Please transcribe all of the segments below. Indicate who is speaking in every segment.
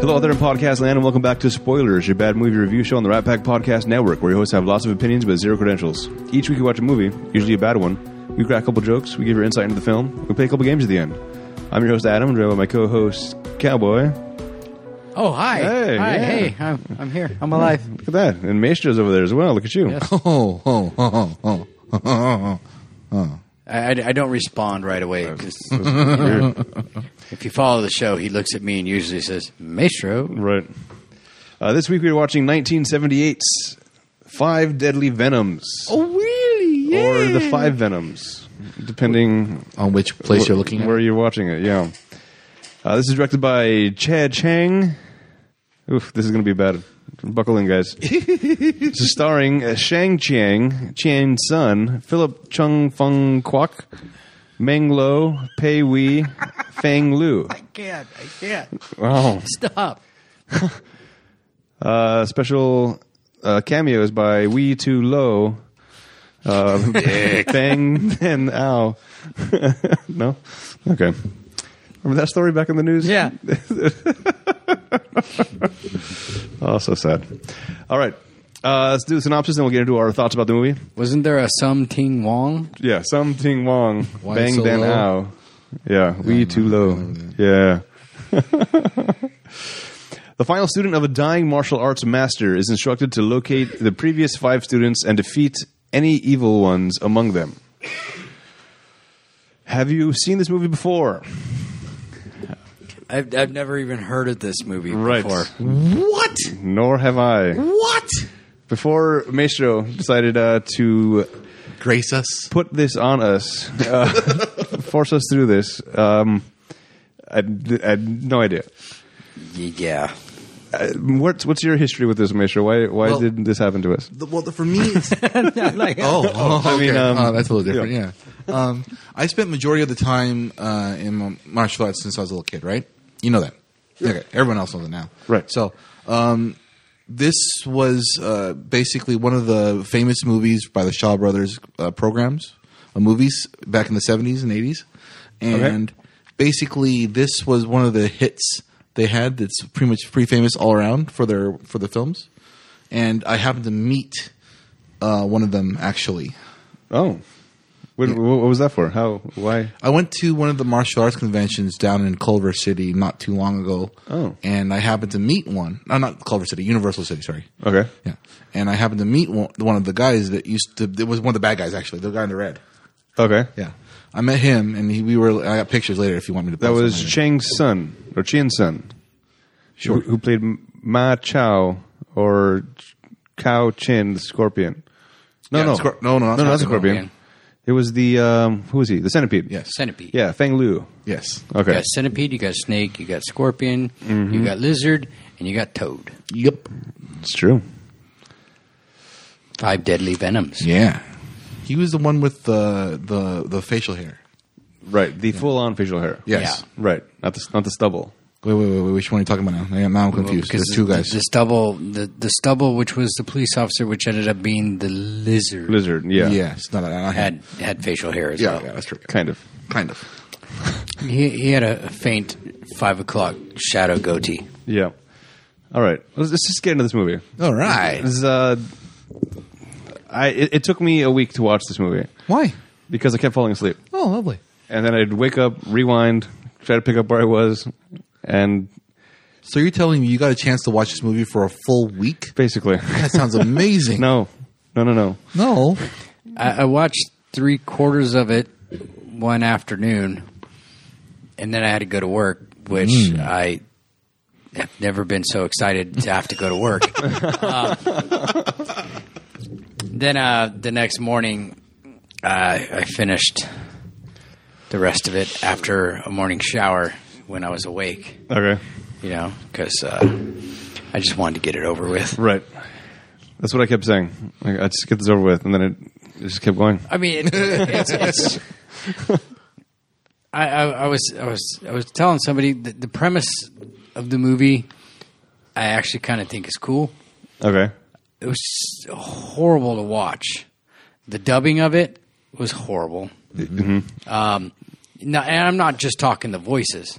Speaker 1: Hello, out there in podcast land, and welcome back to Spoilers, your bad movie review show on the Rat Pack Podcast Network, where your hosts have lots of opinions but zero credentials. Each week we watch a movie, usually a bad one. We crack a couple jokes, we give your insight into the film, we play a couple games at the end. I'm your host Adam, and joined by my co-host Cowboy.
Speaker 2: Oh, hi.
Speaker 1: Hey,
Speaker 2: hi.
Speaker 1: yeah.
Speaker 2: Hey, I'm, I'm here. I'm alive.
Speaker 1: Look at that, and Maestro's over there as well. Look at you.
Speaker 2: Yes.
Speaker 3: Oh, oh, oh, oh, oh, oh,
Speaker 2: I, I, I don't respond right away. 'cause
Speaker 1: You're-
Speaker 2: if you follow the show, he looks at me and usually says, Maestro.
Speaker 1: Right. Uh, this week we are watching 1978's Five Deadly Venoms,
Speaker 2: Oh,
Speaker 3: really?
Speaker 1: or the Five Venoms, depending
Speaker 3: On which place you're looking
Speaker 1: where
Speaker 3: at?
Speaker 1: you're watching it. Yeah. Uh, this is directed by Chad Chang. Oof, this is going to be bad. Buckle in, guys. this is starring uh, Shang Chiang, Chian's son, Philip Chung Fung Kwok, Meng Lo, Pei Wei, Fang Lu.
Speaker 2: I can't. I can't.
Speaker 1: Wow.
Speaker 2: Stop.
Speaker 1: Uh, special uh, cameos by Wee Too Low, uh, Bang and Ow. no, okay. Remember that story back in the news?
Speaker 2: Yeah.
Speaker 1: Oh, so sad. All right, uh, let's do the synopsis, and we'll get into our thoughts about the movie.
Speaker 2: Wasn't there a some Ting Wong?
Speaker 1: Yeah, something wrong.
Speaker 3: Why
Speaker 1: Bang
Speaker 3: so
Speaker 1: then
Speaker 3: low?
Speaker 1: ow. Yeah, we too low. Yeah. the final student of a dying martial arts master is instructed to locate the previous five students and defeat any evil ones among them. Have you seen this movie before?
Speaker 2: I've, I've never even heard of this movie before.
Speaker 3: What?
Speaker 1: Nor have I.
Speaker 3: What?
Speaker 1: Before Maestro decided uh, to
Speaker 3: Grace us.
Speaker 1: put this on us, uh, force us through this, um, I, I had no idea.
Speaker 2: Y- Yeah.
Speaker 1: What's what's your history with this, Maestro? Why why
Speaker 3: Well-
Speaker 1: did this happen to us?
Speaker 3: The, well, the, for me, it's,
Speaker 2: like,
Speaker 3: oh, oh,
Speaker 1: I mean,
Speaker 3: okay.
Speaker 1: um,
Speaker 3: oh, that's a little different. Yeah. Um, I spent majority of the time uh, in m- martial arts since I was a little kid, right? You know that. Okay. Everyone else knows it now.
Speaker 1: Right.
Speaker 3: So, um, this was uh, basically one of the famous movies by the Shaw Brothers uh, programs, uh, movies back in the seventies and eighties, and basically this was one of the hits they had. That's pretty much pretty famous all around for their for the films, and I happened to meet uh, one of them actually.
Speaker 1: Oh, what, what was that for? How? Why?
Speaker 3: I went to one of the martial arts conventions down in Culver City not too long ago.
Speaker 1: Oh.
Speaker 3: And I happened to meet one. No, not Culver City, Universal City, sorry.
Speaker 1: Okay.
Speaker 3: Yeah. And I happened to meet one, one of the guys that used to, it was one of the bad guys actually, the guy in the red.
Speaker 1: Okay.
Speaker 3: Yeah. I met him and he, we were, I got pictures later if you want me to
Speaker 1: That
Speaker 3: post them
Speaker 1: was
Speaker 3: later.
Speaker 1: Chang's son or Chian's son, sure. who, who played Ma Chao or Cao Chin, the scorpion. No,
Speaker 3: Yeah,
Speaker 1: no,
Speaker 3: Scor- no, no,
Speaker 1: no,
Speaker 3: not
Speaker 1: not
Speaker 3: Scorpion.
Speaker 1: scorpion. It was the um, who was he? The centipede.
Speaker 3: Yes.
Speaker 2: Centipede.
Speaker 1: Yeah, Fang Lu.
Speaker 3: Yes.
Speaker 1: Okay.
Speaker 2: You got centipede, you got snake, you got scorpion, you got lizard, and you got toad.
Speaker 3: Yep.
Speaker 1: It's true.
Speaker 2: Five deadly venoms.
Speaker 3: Yeah. He was the one with the, the, the facial hair.
Speaker 1: Right. The full-on facial hair.
Speaker 3: Yes.
Speaker 1: Right. Not the not the stubble.
Speaker 3: Wait, wait, wait, wait. Which one are you talking about now? Yeah, Now I'm confused.
Speaker 2: Because
Speaker 3: There's two
Speaker 2: the-
Speaker 3: guys.
Speaker 2: The, stubble, the, the stubble, which was the police officer, which ended up being the lizard,
Speaker 1: Lizard. Yeah.
Speaker 3: Yes. Not, not
Speaker 2: had had facial hair as
Speaker 3: Yeah,
Speaker 2: well.
Speaker 3: yeah, that's true.
Speaker 1: Kind of.
Speaker 3: Kind of.
Speaker 2: He he had a faint five o'clock shadow goatee.
Speaker 1: Yeah. All right. Let's, let's just get into this movie.
Speaker 3: All right.
Speaker 1: This is, uh, I it, it took me a week to watch this movie
Speaker 3: Why?
Speaker 1: because I kept falling asleep,
Speaker 3: Oh, lovely.
Speaker 1: and then I'd wake up, rewind, try to pick up where I was, and
Speaker 3: So you're telling me you got a chance to watch this movie for a full week?
Speaker 1: basically,
Speaker 3: That sounds amazing.
Speaker 1: no, no, no, no.
Speaker 3: no.
Speaker 2: I, I watched three quarters of it one afternoon, and then I had to go to work, which I have never been so excited to have to go to work. Uh, then uh, the next morning, uh, I finished the rest of it after a morning shower when I was awake.
Speaker 1: Okay,
Speaker 2: you know, because uh, I just wanted to get it over with.
Speaker 1: right. That's what I kept saying. Like, I just get this over with, and then it, it just kept going.
Speaker 2: I mean, it, it's. it's I, I, I was I was I was telling somebody that the premise of the movie I actually kind of think is cool.
Speaker 1: Okay,
Speaker 2: It was horrible to watch. The dubbing of it
Speaker 3: Mm-hmm.
Speaker 2: was horrible. Um, no, and I'm not just talking the voices.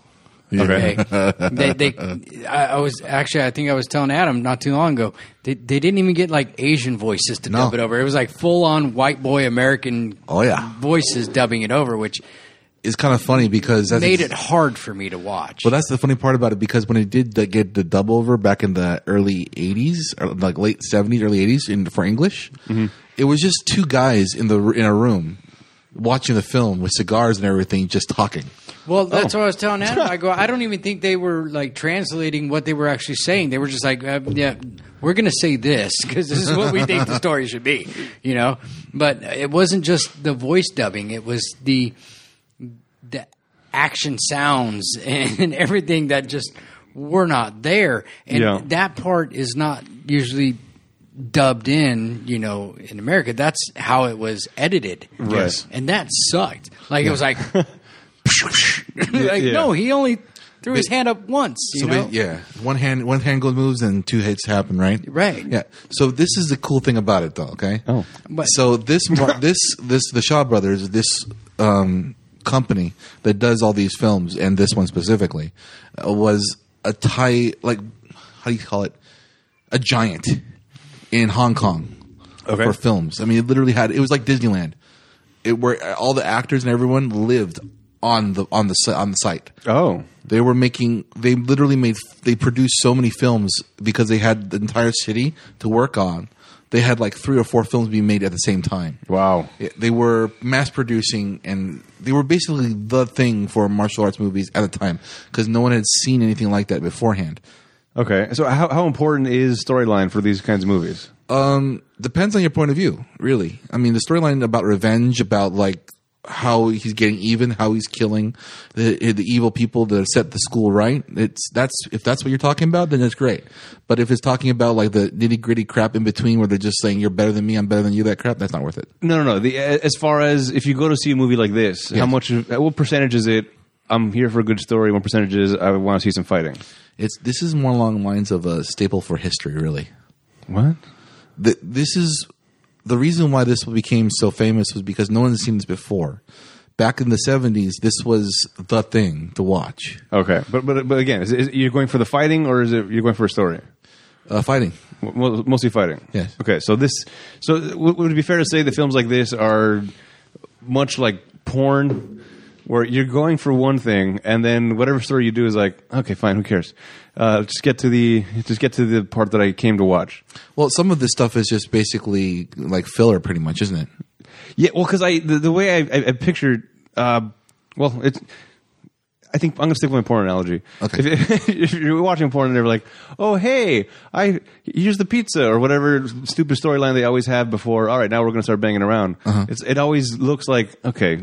Speaker 2: Okay. they, they, I, I was actually, I think I was telling Adam not too long ago. They, they didn't even get like Asian voices to
Speaker 3: No.
Speaker 2: dub it over. It was like full on white boy American.
Speaker 3: Oh, yeah.
Speaker 2: voices dubbing it over, which
Speaker 3: It's kind of funny because that's
Speaker 2: made
Speaker 3: ex-
Speaker 2: it hard for me to watch.
Speaker 3: Well, that's the funny part about it because when it did the, get the dub over back in the early '80s, or like late '70s, early '80s, in for English, it was just two guys in the in a room watching the film with cigars and everything, just talking.
Speaker 2: Well, that's what I was telling Adam. I go, I don't even think they were like translating what they were actually saying. They were just like, uh, yeah, we're going to say this because this is what we think the story should be, you know? But it wasn't just the voice dubbing, it was the, the action sounds and everything that just were not there. And
Speaker 1: Yeah.
Speaker 2: that part is not usually dubbed in, you know, in America. That's how it was edited.
Speaker 1: Yes.
Speaker 2: And that sucked. Like, it was like, like,
Speaker 1: Yeah.
Speaker 2: no, he only threw his hand up once. You
Speaker 3: So
Speaker 2: know?
Speaker 3: ba- yeah, one hand one hand goes moves and two hits happen, right?
Speaker 2: Right.
Speaker 3: Yeah. So this is the cool thing about it, though. Okay.
Speaker 1: Oh.
Speaker 2: But-
Speaker 3: so this mo- this this the Shaw Brothers this um, company that does all these films and this one specifically uh, was a Thai like how do you call it a giant in Hong Kong
Speaker 1: Okay.
Speaker 3: for films. I mean, it literally had it was like Disneyland. It where all the actors and everyone lived on the on the si- on the site.
Speaker 1: Oh.
Speaker 3: They were making. They literally made. They produced so many films because they had the entire city to work on. They had like three or four films being made at the same time.
Speaker 1: Wow.
Speaker 3: It- They were mass producing, and they were basically the thing for martial arts movies at the time because no one had seen anything like that beforehand.
Speaker 1: Okay. So how how important is storyline for these kinds of movies?
Speaker 3: Um, depends on your point of view, really. I mean, the storyline about revenge, about like how he's getting even, how he's killing the the evil people that have set the school right. It's that's if that's what you're talking about, then it's great. But if it's talking about like the nitty gritty crap in between, where they're just saying you're better than me, I'm better than you, that crap, that's not worth it.
Speaker 1: No, no, no. The, as far as if you go to see a movie like this, how much? of- What percentage is it? I'm here for a good story. What percentage is I want to see some fighting?
Speaker 3: It's this is more along the lines of a staple for history, really.
Speaker 1: What?
Speaker 3: th- this is the reason why this became so famous was because no one had seen this before. Back in the seventies, this was the thing to watch.
Speaker 1: Okay, but but but again, is, is you're going for the fighting or is it you're going for a story?
Speaker 3: Uh, fighting.
Speaker 1: Mo- Mostly fighting.
Speaker 3: Yes.
Speaker 1: Okay, so this so w- would it be fair to say that films like this are much like porn, where you're going for one thing and then whatever story you do is like, okay, fine, who cares? Uh, just get to the just get to the part that I came to watch.
Speaker 3: Well, some of this stuff is just basically like filler, pretty much, isn't it?
Speaker 1: Yeah, well, because I the, the way I, I, I pictured, uh, well, it's. I think I'm going to stick with my porn analogy.
Speaker 3: Okay.
Speaker 1: If, if you're watching porn and they're like, "Oh, hey, I here's the pizza" or whatever stupid storyline they always have before. All right, now we're going to start banging around.
Speaker 3: Uh-huh.
Speaker 1: It's, it always looks like, okay,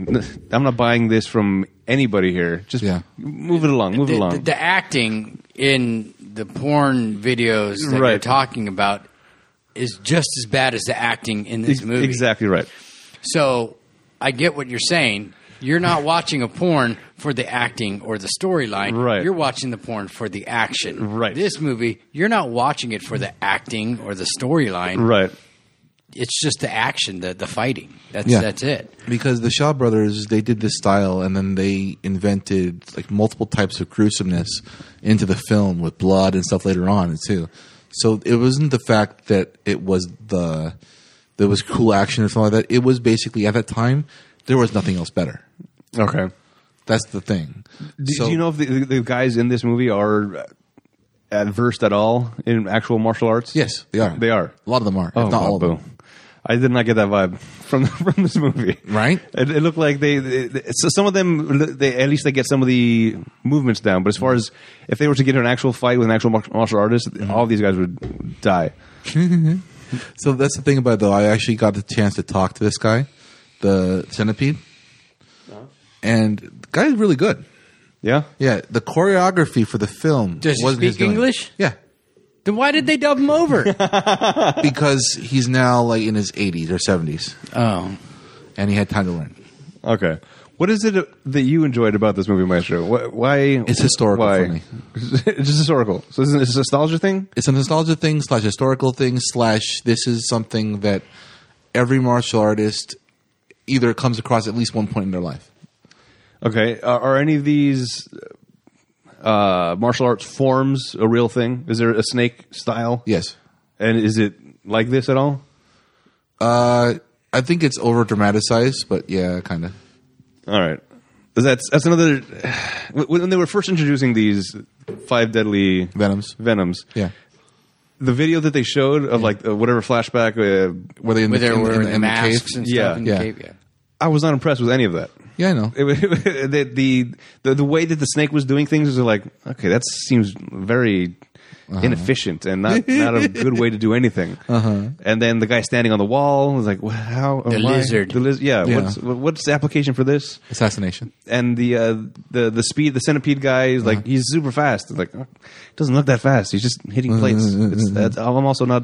Speaker 1: I'm not buying this from anybody here. Just
Speaker 3: Yeah.
Speaker 1: move it along, move it
Speaker 2: The,
Speaker 1: along.
Speaker 2: the, the acting in the porn videos that you're
Speaker 1: Right.
Speaker 2: talking about is just as bad as the acting in this
Speaker 1: Ex-
Speaker 2: movie.
Speaker 1: Exactly right.
Speaker 2: So I get what you're saying. You're not watching a porn for the acting or the storyline.
Speaker 1: Right.
Speaker 2: You're watching the porn for the action.
Speaker 1: Right.
Speaker 2: This movie, you're not watching it for the acting or the storyline.
Speaker 1: Right.
Speaker 2: It's just the action, the the fighting. That's
Speaker 3: Yeah.
Speaker 2: that's it.
Speaker 3: Because the Shaw brothers, they did this style, and then they invented like multiple types of gruesomeness into the film with blood and stuff later on too. So it wasn't the fact that it was the there was cool action or something like that. It was basically at that time there was nothing else better.
Speaker 1: Okay.
Speaker 3: That's the thing.
Speaker 1: Do,
Speaker 3: So-
Speaker 1: do you know if the, the, the guys in this movie are adversed at all in actual martial arts?
Speaker 3: Yes, they are.
Speaker 1: They are. Oh,
Speaker 3: A lot of them are. if not all of
Speaker 1: wow,
Speaker 3: them.
Speaker 1: boo. I did not get that vibe from from this movie.
Speaker 3: Right?
Speaker 1: It, it looked like they, they- they- so some of them they at least they get some of the movements down. But as far as if they were to get into an actual fight with an actual mar- martial artist,
Speaker 3: Mm-hmm.
Speaker 1: all these guys would die.
Speaker 3: So that's the thing about it, though. I actually got the chance to talk to this guy, the centipede, and the guy's really good.
Speaker 1: Yeah.
Speaker 3: Yeah, the choreography for the film
Speaker 2: Does he
Speaker 3: wasn't his
Speaker 2: speak
Speaker 3: doing.
Speaker 2: English?
Speaker 3: Yeah,
Speaker 2: Then why did they dub him over?
Speaker 3: because he's now like in his 80s or 70s,
Speaker 2: oh.
Speaker 3: and he had time to learn.
Speaker 1: Okay. What is it that you enjoyed about this movie, Maestro? Wh- Why?
Speaker 3: It's historical
Speaker 1: Why?
Speaker 3: for me.
Speaker 1: it's just historical. So this is it's a nostalgia thing.
Speaker 3: It's a nostalgia thing slash historical thing slash this is something that every martial artist either
Speaker 1: uh,
Speaker 3: comes across at least one point in their life.
Speaker 1: Okay. Are, are any of these? uh, martial arts forms a real thing? Is there a snake style?
Speaker 3: Yes.
Speaker 1: And is it like this at all?
Speaker 3: Uh, I think it's over dramatized, but yeah, kind of.
Speaker 1: All right. That's that's another. When they were first introducing these five deadly
Speaker 3: Venoms.
Speaker 1: venoms,
Speaker 3: Yeah.
Speaker 1: the video that they showed of like uh, whatever flashback, uh,
Speaker 3: Were they in
Speaker 2: Where
Speaker 3: the,
Speaker 2: there
Speaker 3: in,
Speaker 2: were
Speaker 3: in, in,
Speaker 2: the masks
Speaker 3: cave?
Speaker 2: and
Speaker 1: Yeah.
Speaker 2: stuff. in the
Speaker 3: Yeah.
Speaker 2: cave, yeah.
Speaker 1: I was not impressed with any of that.
Speaker 3: Yeah, I know.
Speaker 1: It, wa- the, the the the way that the snake was doing things was like, okay, that seems very inefficient and not not a good way to do anything. And then the guy standing on the wall was like, well, how am
Speaker 2: The
Speaker 1: I-
Speaker 2: lizard.
Speaker 1: the liz- yeah,
Speaker 3: Yeah.
Speaker 1: What's what's the application for this?
Speaker 3: Assassination.
Speaker 1: and the uh, the the speed the centipede guy is like he's super fast. It's like oh, doesn't look that fast. He's just hitting plates. It's, that's, I'm also not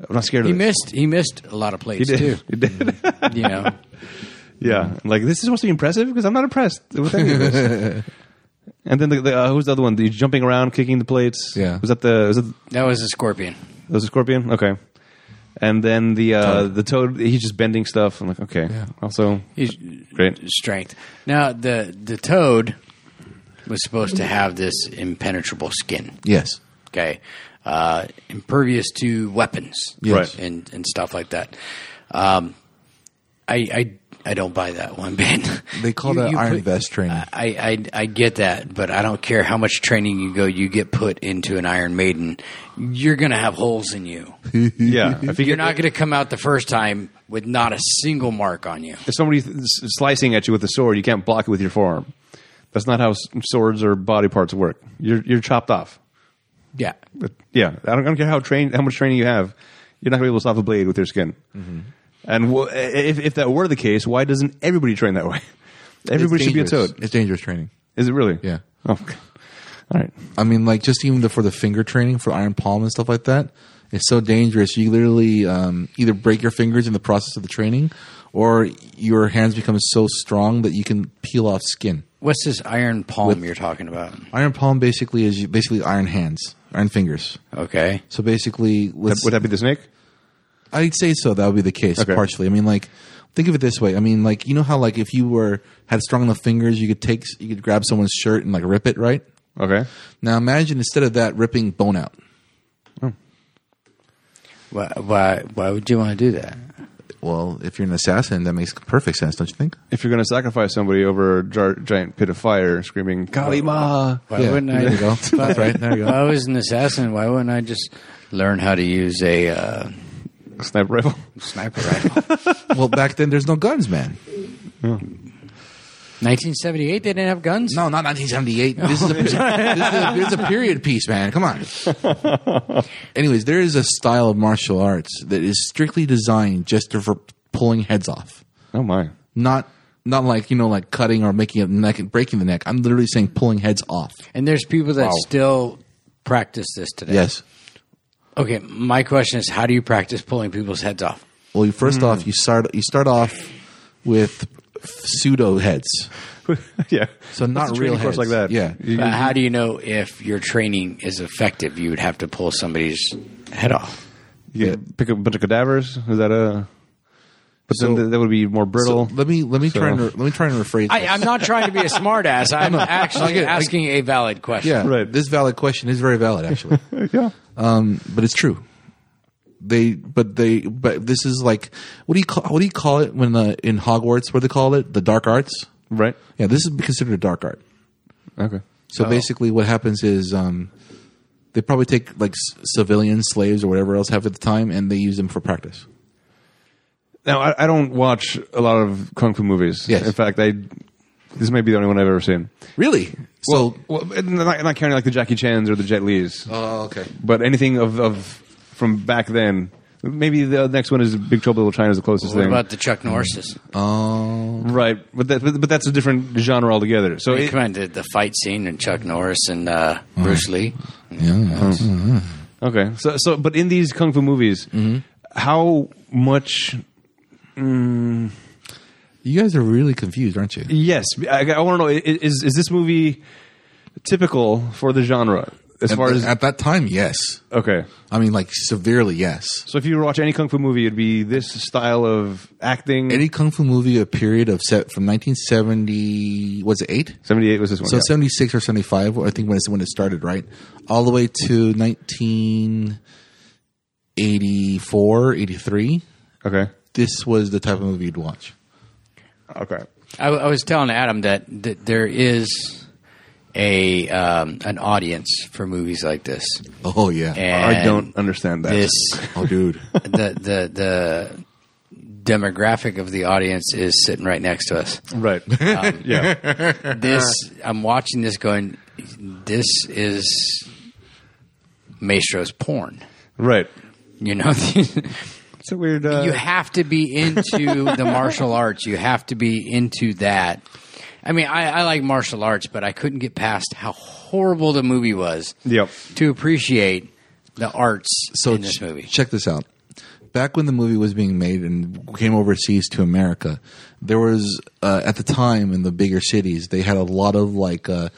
Speaker 1: I'm not scared
Speaker 2: He
Speaker 1: of it.
Speaker 2: missed. He missed a lot of plays
Speaker 1: He
Speaker 2: too.
Speaker 1: did. He did.
Speaker 2: You know,
Speaker 1: yeah. Like this is supposed to be impressive because I'm not impressed with any of this. and then the, the uh, who's the other one? The jumping around, kicking the plates.
Speaker 3: Yeah.
Speaker 1: Was that the was that the,
Speaker 2: that was a scorpion.
Speaker 1: was the scorpion? Okay. And then the uh, the toad, he's just bending stuff. I'm like, okay.
Speaker 3: Yeah.
Speaker 1: Also,
Speaker 2: He's
Speaker 1: great.
Speaker 2: strength. Now the the toad was supposed to have this impenetrable skin.
Speaker 3: Yes.
Speaker 2: Okay, uh, impervious to weapons.
Speaker 1: Yes. Right.
Speaker 2: and and stuff like that. Um, I I I don't buy that one bit.
Speaker 3: They call
Speaker 2: You-
Speaker 3: that
Speaker 2: you
Speaker 3: iron
Speaker 2: put-
Speaker 3: vest training.
Speaker 2: I, I I get that, but I don't care how much training you go, you get put into an Iron Maiden, you're gonna have holes in you.
Speaker 1: Yeah. If you
Speaker 2: You're
Speaker 1: get,
Speaker 2: not gonna come out the first time with not a single mark on you.
Speaker 1: if somebody's slicing at you with a sword, you can't block it with your forearm. That's not how s- swords or body parts work. You're you're chopped off.
Speaker 2: Yeah,
Speaker 1: But, yeah, I don't, I don't care how trained, how much training you have, you're not going to be able to stop a blade with your skin.
Speaker 3: Mm-hmm.
Speaker 1: And wh- if if that were the case, why doesn't everybody train that way? Everybody
Speaker 3: It's
Speaker 1: should be a
Speaker 3: dangerous.
Speaker 1: toad.
Speaker 3: It's dangerous training.
Speaker 1: Is it really?
Speaker 3: Yeah.
Speaker 1: Oh, God. all right.
Speaker 3: I mean, like just even the, for the finger training for iron palm and stuff like that, it's so dangerous. You literally um, either break your fingers in the process of the training, or your hands become so strong that you can peel off skin.
Speaker 2: what's this iron palm you're talking about?
Speaker 3: Iron palm basically is basically iron hands, iron fingers.
Speaker 2: Okay,
Speaker 3: So basically,
Speaker 1: That-
Speaker 3: let's,
Speaker 1: would that be the snake?
Speaker 3: I'd say so. That would be the case
Speaker 1: Okay.
Speaker 3: partially. I mean, like think of it this way. I mean, like you know how like if you were had strong enough fingers, you could take you could grab someone's shirt and like rip it, right?
Speaker 1: Okay.
Speaker 3: Now imagine instead of that ripping bone out.
Speaker 2: why why why would you want to do that?
Speaker 3: Well, if you're an assassin, that makes perfect sense, don't you think?
Speaker 1: If you're going to sacrifice somebody over a jar- giant pit of fire, screaming "Kalima,"
Speaker 2: Why wouldn't I?
Speaker 3: There you go. That's right. There you
Speaker 2: If
Speaker 3: go.
Speaker 2: I was an assassin, why wouldn't I just learn how to use a uh,
Speaker 1: sniper rifle.
Speaker 2: sniper rifle?
Speaker 3: well, back then there's no guns, man.
Speaker 2: 1978, they didn't have guns.
Speaker 3: No, not 1978. This is a, this is a, this is a period piece, man. Come on. Anyways, there is a style of martial arts that is strictly designed just to- for pulling heads off,
Speaker 1: Oh my.
Speaker 3: not not like you know like cutting or making a neck and breaking the neck. I'm literally saying pulling heads off.
Speaker 2: And there's people that
Speaker 3: Wow.
Speaker 2: still practice this today.
Speaker 3: Yes.
Speaker 2: Okay, my question is, how do you practice pulling people's heads off?
Speaker 3: Well, you, first off, you start you start off with pseudo heads.
Speaker 1: yeah.
Speaker 3: So not
Speaker 1: What's a
Speaker 3: real
Speaker 1: training course
Speaker 3: heads.
Speaker 1: like that.
Speaker 3: Yeah.
Speaker 1: You-
Speaker 2: But Uh, how do you know if your training is effective? You would have to pull somebody's head off.
Speaker 1: You pick up a bunch of cadavers. Is that a? But
Speaker 3: So-
Speaker 1: then th- that would be more brittle.
Speaker 3: Let me let me try and
Speaker 1: So-
Speaker 3: re- let me try and rephrase.
Speaker 2: I,
Speaker 3: this.
Speaker 2: I'm not trying to be a smartass. I'm actually
Speaker 3: get it. I-
Speaker 2: asking a valid question.
Speaker 3: yeah,
Speaker 1: Right.
Speaker 3: This valid question is very valid, actually.
Speaker 1: yeah.
Speaker 3: but it's true. They, but they, but this is like, what do you call? What do you call it when uh, in Hogwarts? What do they call it? The dark arts.
Speaker 1: Right.
Speaker 3: Yeah, this is considered a dark art.
Speaker 1: Okay.
Speaker 3: So basically, what happens is um, they probably take like s- civilian slaves or whatever else have at the time, and they use them for practice.
Speaker 1: Now I, I don't watch a lot of kung fu movies.
Speaker 3: Yes.
Speaker 1: In fact, I this may be the only one I've ever seen.
Speaker 3: Really? So,
Speaker 1: well, not, not counting like the Jackie Chans or the Jet Lees,
Speaker 3: oh, okay.
Speaker 1: but anything of, of from back then. Maybe the next one is Big Trouble in Little China is the closest
Speaker 2: What
Speaker 1: thing,
Speaker 2: about the Chuck Norrises?
Speaker 3: Oh,
Speaker 1: right? But, that, but but that's a different genre altogether. So
Speaker 2: Hey,
Speaker 1: it-
Speaker 2: come on, the, the fight scene and Chuck Norris and uh,
Speaker 1: Mm-hmm.
Speaker 2: Bruce Lee.
Speaker 1: Okay, so so but in these kung fu movies, how much?
Speaker 3: you guys are really confused, aren't you?
Speaker 1: Yes, I, I want to know i- is is this movie typical for the genre? as
Speaker 3: At
Speaker 1: far
Speaker 3: the-
Speaker 1: as
Speaker 3: at that time, yes.
Speaker 1: okay.
Speaker 3: I mean, like severely, yes.
Speaker 1: So if you were to watch any kung fu movie, it'd be this style of acting.
Speaker 3: Any kung fu movie, a period of set from 1970, was it eight?
Speaker 1: Seventy-eight was this one.
Speaker 3: So
Speaker 1: yeah.
Speaker 3: 76 or 75, I think when it's when it started, right? All the way to 1984, 83.
Speaker 1: okay.
Speaker 3: This was the type of movie you'd watch.
Speaker 1: Okay.
Speaker 2: I, I was telling Adam that, that there is a um, an audience for movies like this.
Speaker 3: Oh yeah.
Speaker 2: And
Speaker 1: I don't understand that.
Speaker 2: This
Speaker 3: oh dude.
Speaker 2: the the the demographic of the audience is sitting right next to us.
Speaker 1: Right.
Speaker 3: um,
Speaker 1: yeah.
Speaker 2: This I'm watching this going. This is Maestro's porn.
Speaker 1: Right.
Speaker 2: You know,
Speaker 1: It's a weird. Uh,
Speaker 2: you have to be into the martial arts. You have to be into that. I mean, I, I like martial arts, but I couldn't get past how horrible the movie was
Speaker 1: yep.
Speaker 2: to appreciate the arts
Speaker 3: So
Speaker 2: in this
Speaker 3: ch-
Speaker 2: movie.
Speaker 3: check this out. Back when the movie was being made and came overseas to America, there was uh, at the time in the bigger cities they had a lot of like uh,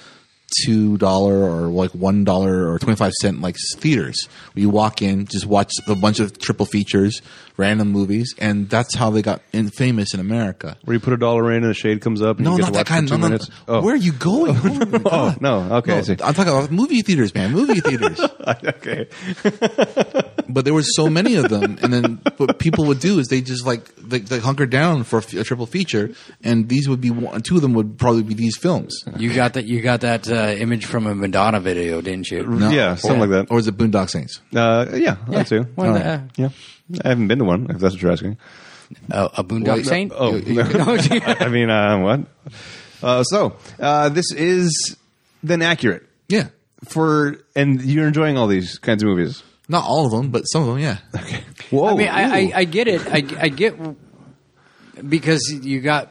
Speaker 3: two dollar or like one dollar or twenty five cent like theaters. Where you walk in, just watch a bunch of triple features, random movies, and that's how they got in, famous in America.
Speaker 1: Where you put a dollar in and the shade comes up. And
Speaker 3: No,
Speaker 1: you get
Speaker 3: not
Speaker 1: to
Speaker 3: that
Speaker 1: watch
Speaker 3: kind.
Speaker 1: For two
Speaker 3: No, no, no.
Speaker 1: minutes. Oh.
Speaker 3: Where are you going? Oh, my God.
Speaker 1: no. Okay, I see.
Speaker 3: I'm talking about movie theaters, man. Movie theaters.
Speaker 1: okay.
Speaker 3: but there were so many of them and then what people would do is they just like they, they hunker down for a, f- a triple feature and these would be one, two of them would probably be these films
Speaker 2: You got that? You got that uh, image from a Madonna video, didn't you?
Speaker 1: Yeah, something
Speaker 3: Or-
Speaker 1: like that.
Speaker 3: or is it boondock saints
Speaker 1: Uh, yeah, I that too.
Speaker 2: One of the-
Speaker 3: Alright.
Speaker 1: Yeah. I haven't been to one, if that's what you're asking.
Speaker 2: uh, a Boondock
Speaker 3: Well, no-
Speaker 2: Saint.
Speaker 1: Oh,
Speaker 3: You-
Speaker 1: no. I mean, uh, what? Uh, so, uh, this is then accurate
Speaker 3: yeah
Speaker 1: for, and you're enjoying all these kinds of movies.
Speaker 3: not all of them but some of them yeah
Speaker 1: Whoa.
Speaker 2: I mean, I,
Speaker 1: Oh, ooh.
Speaker 2: I, I get it. I, I get because you got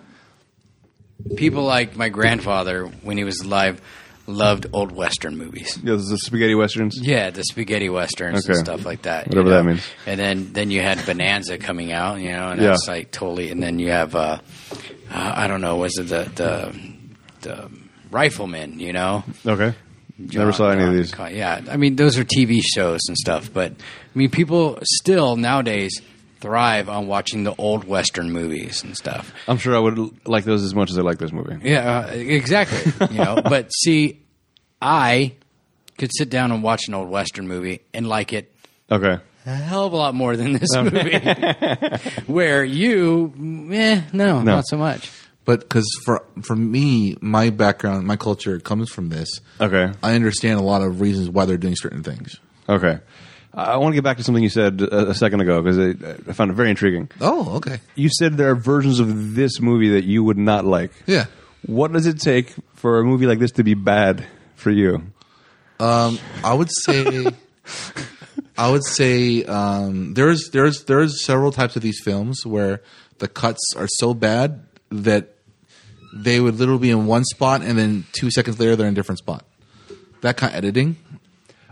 Speaker 2: people like my grandfather when he was alive loved old western movies.
Speaker 1: Yeah, this is the spaghetti westerns.
Speaker 2: Yeah, the spaghetti westerns
Speaker 1: Okay.
Speaker 2: and stuff like that. you
Speaker 1: Whatever
Speaker 2: know?
Speaker 1: that means.
Speaker 2: And then then you had Bonanza coming out, you know, and
Speaker 1: Yeah.
Speaker 2: that's like totally. And then you have uh, uh, I don't know, was it the the, the Rifleman, you know?
Speaker 1: Okay. Never saw any of these.
Speaker 2: Con- Yeah, I mean those are TV shows and stuff, but I mean people still nowadays thrive on watching the old western movies and stuff.
Speaker 1: I'm sure I would l- like those as much as I like this movie.
Speaker 2: Yeah, uh, exactly. You know, but see, I could sit down and watch an old western movie and like it
Speaker 1: Okay.
Speaker 2: a hell of a lot more than this movie, where you, eh, no, not so much.
Speaker 3: but because for for me my background my culture comes from this
Speaker 1: Okay.
Speaker 3: i understand a lot of reasons why they're doing certain things
Speaker 1: Okay. I- I want to get back to something you said a, a second ago because I found it very intriguing.
Speaker 3: oh okay
Speaker 1: You said there are versions of this movie that you would not like.
Speaker 3: yeah
Speaker 1: What does it take for a movie like this to be bad for you?
Speaker 3: I would say, I would say um, there's there's there's several types of these films where the cuts are so bad that they would literally be in one spot and then two seconds later they're in a different spot. That kind of editing,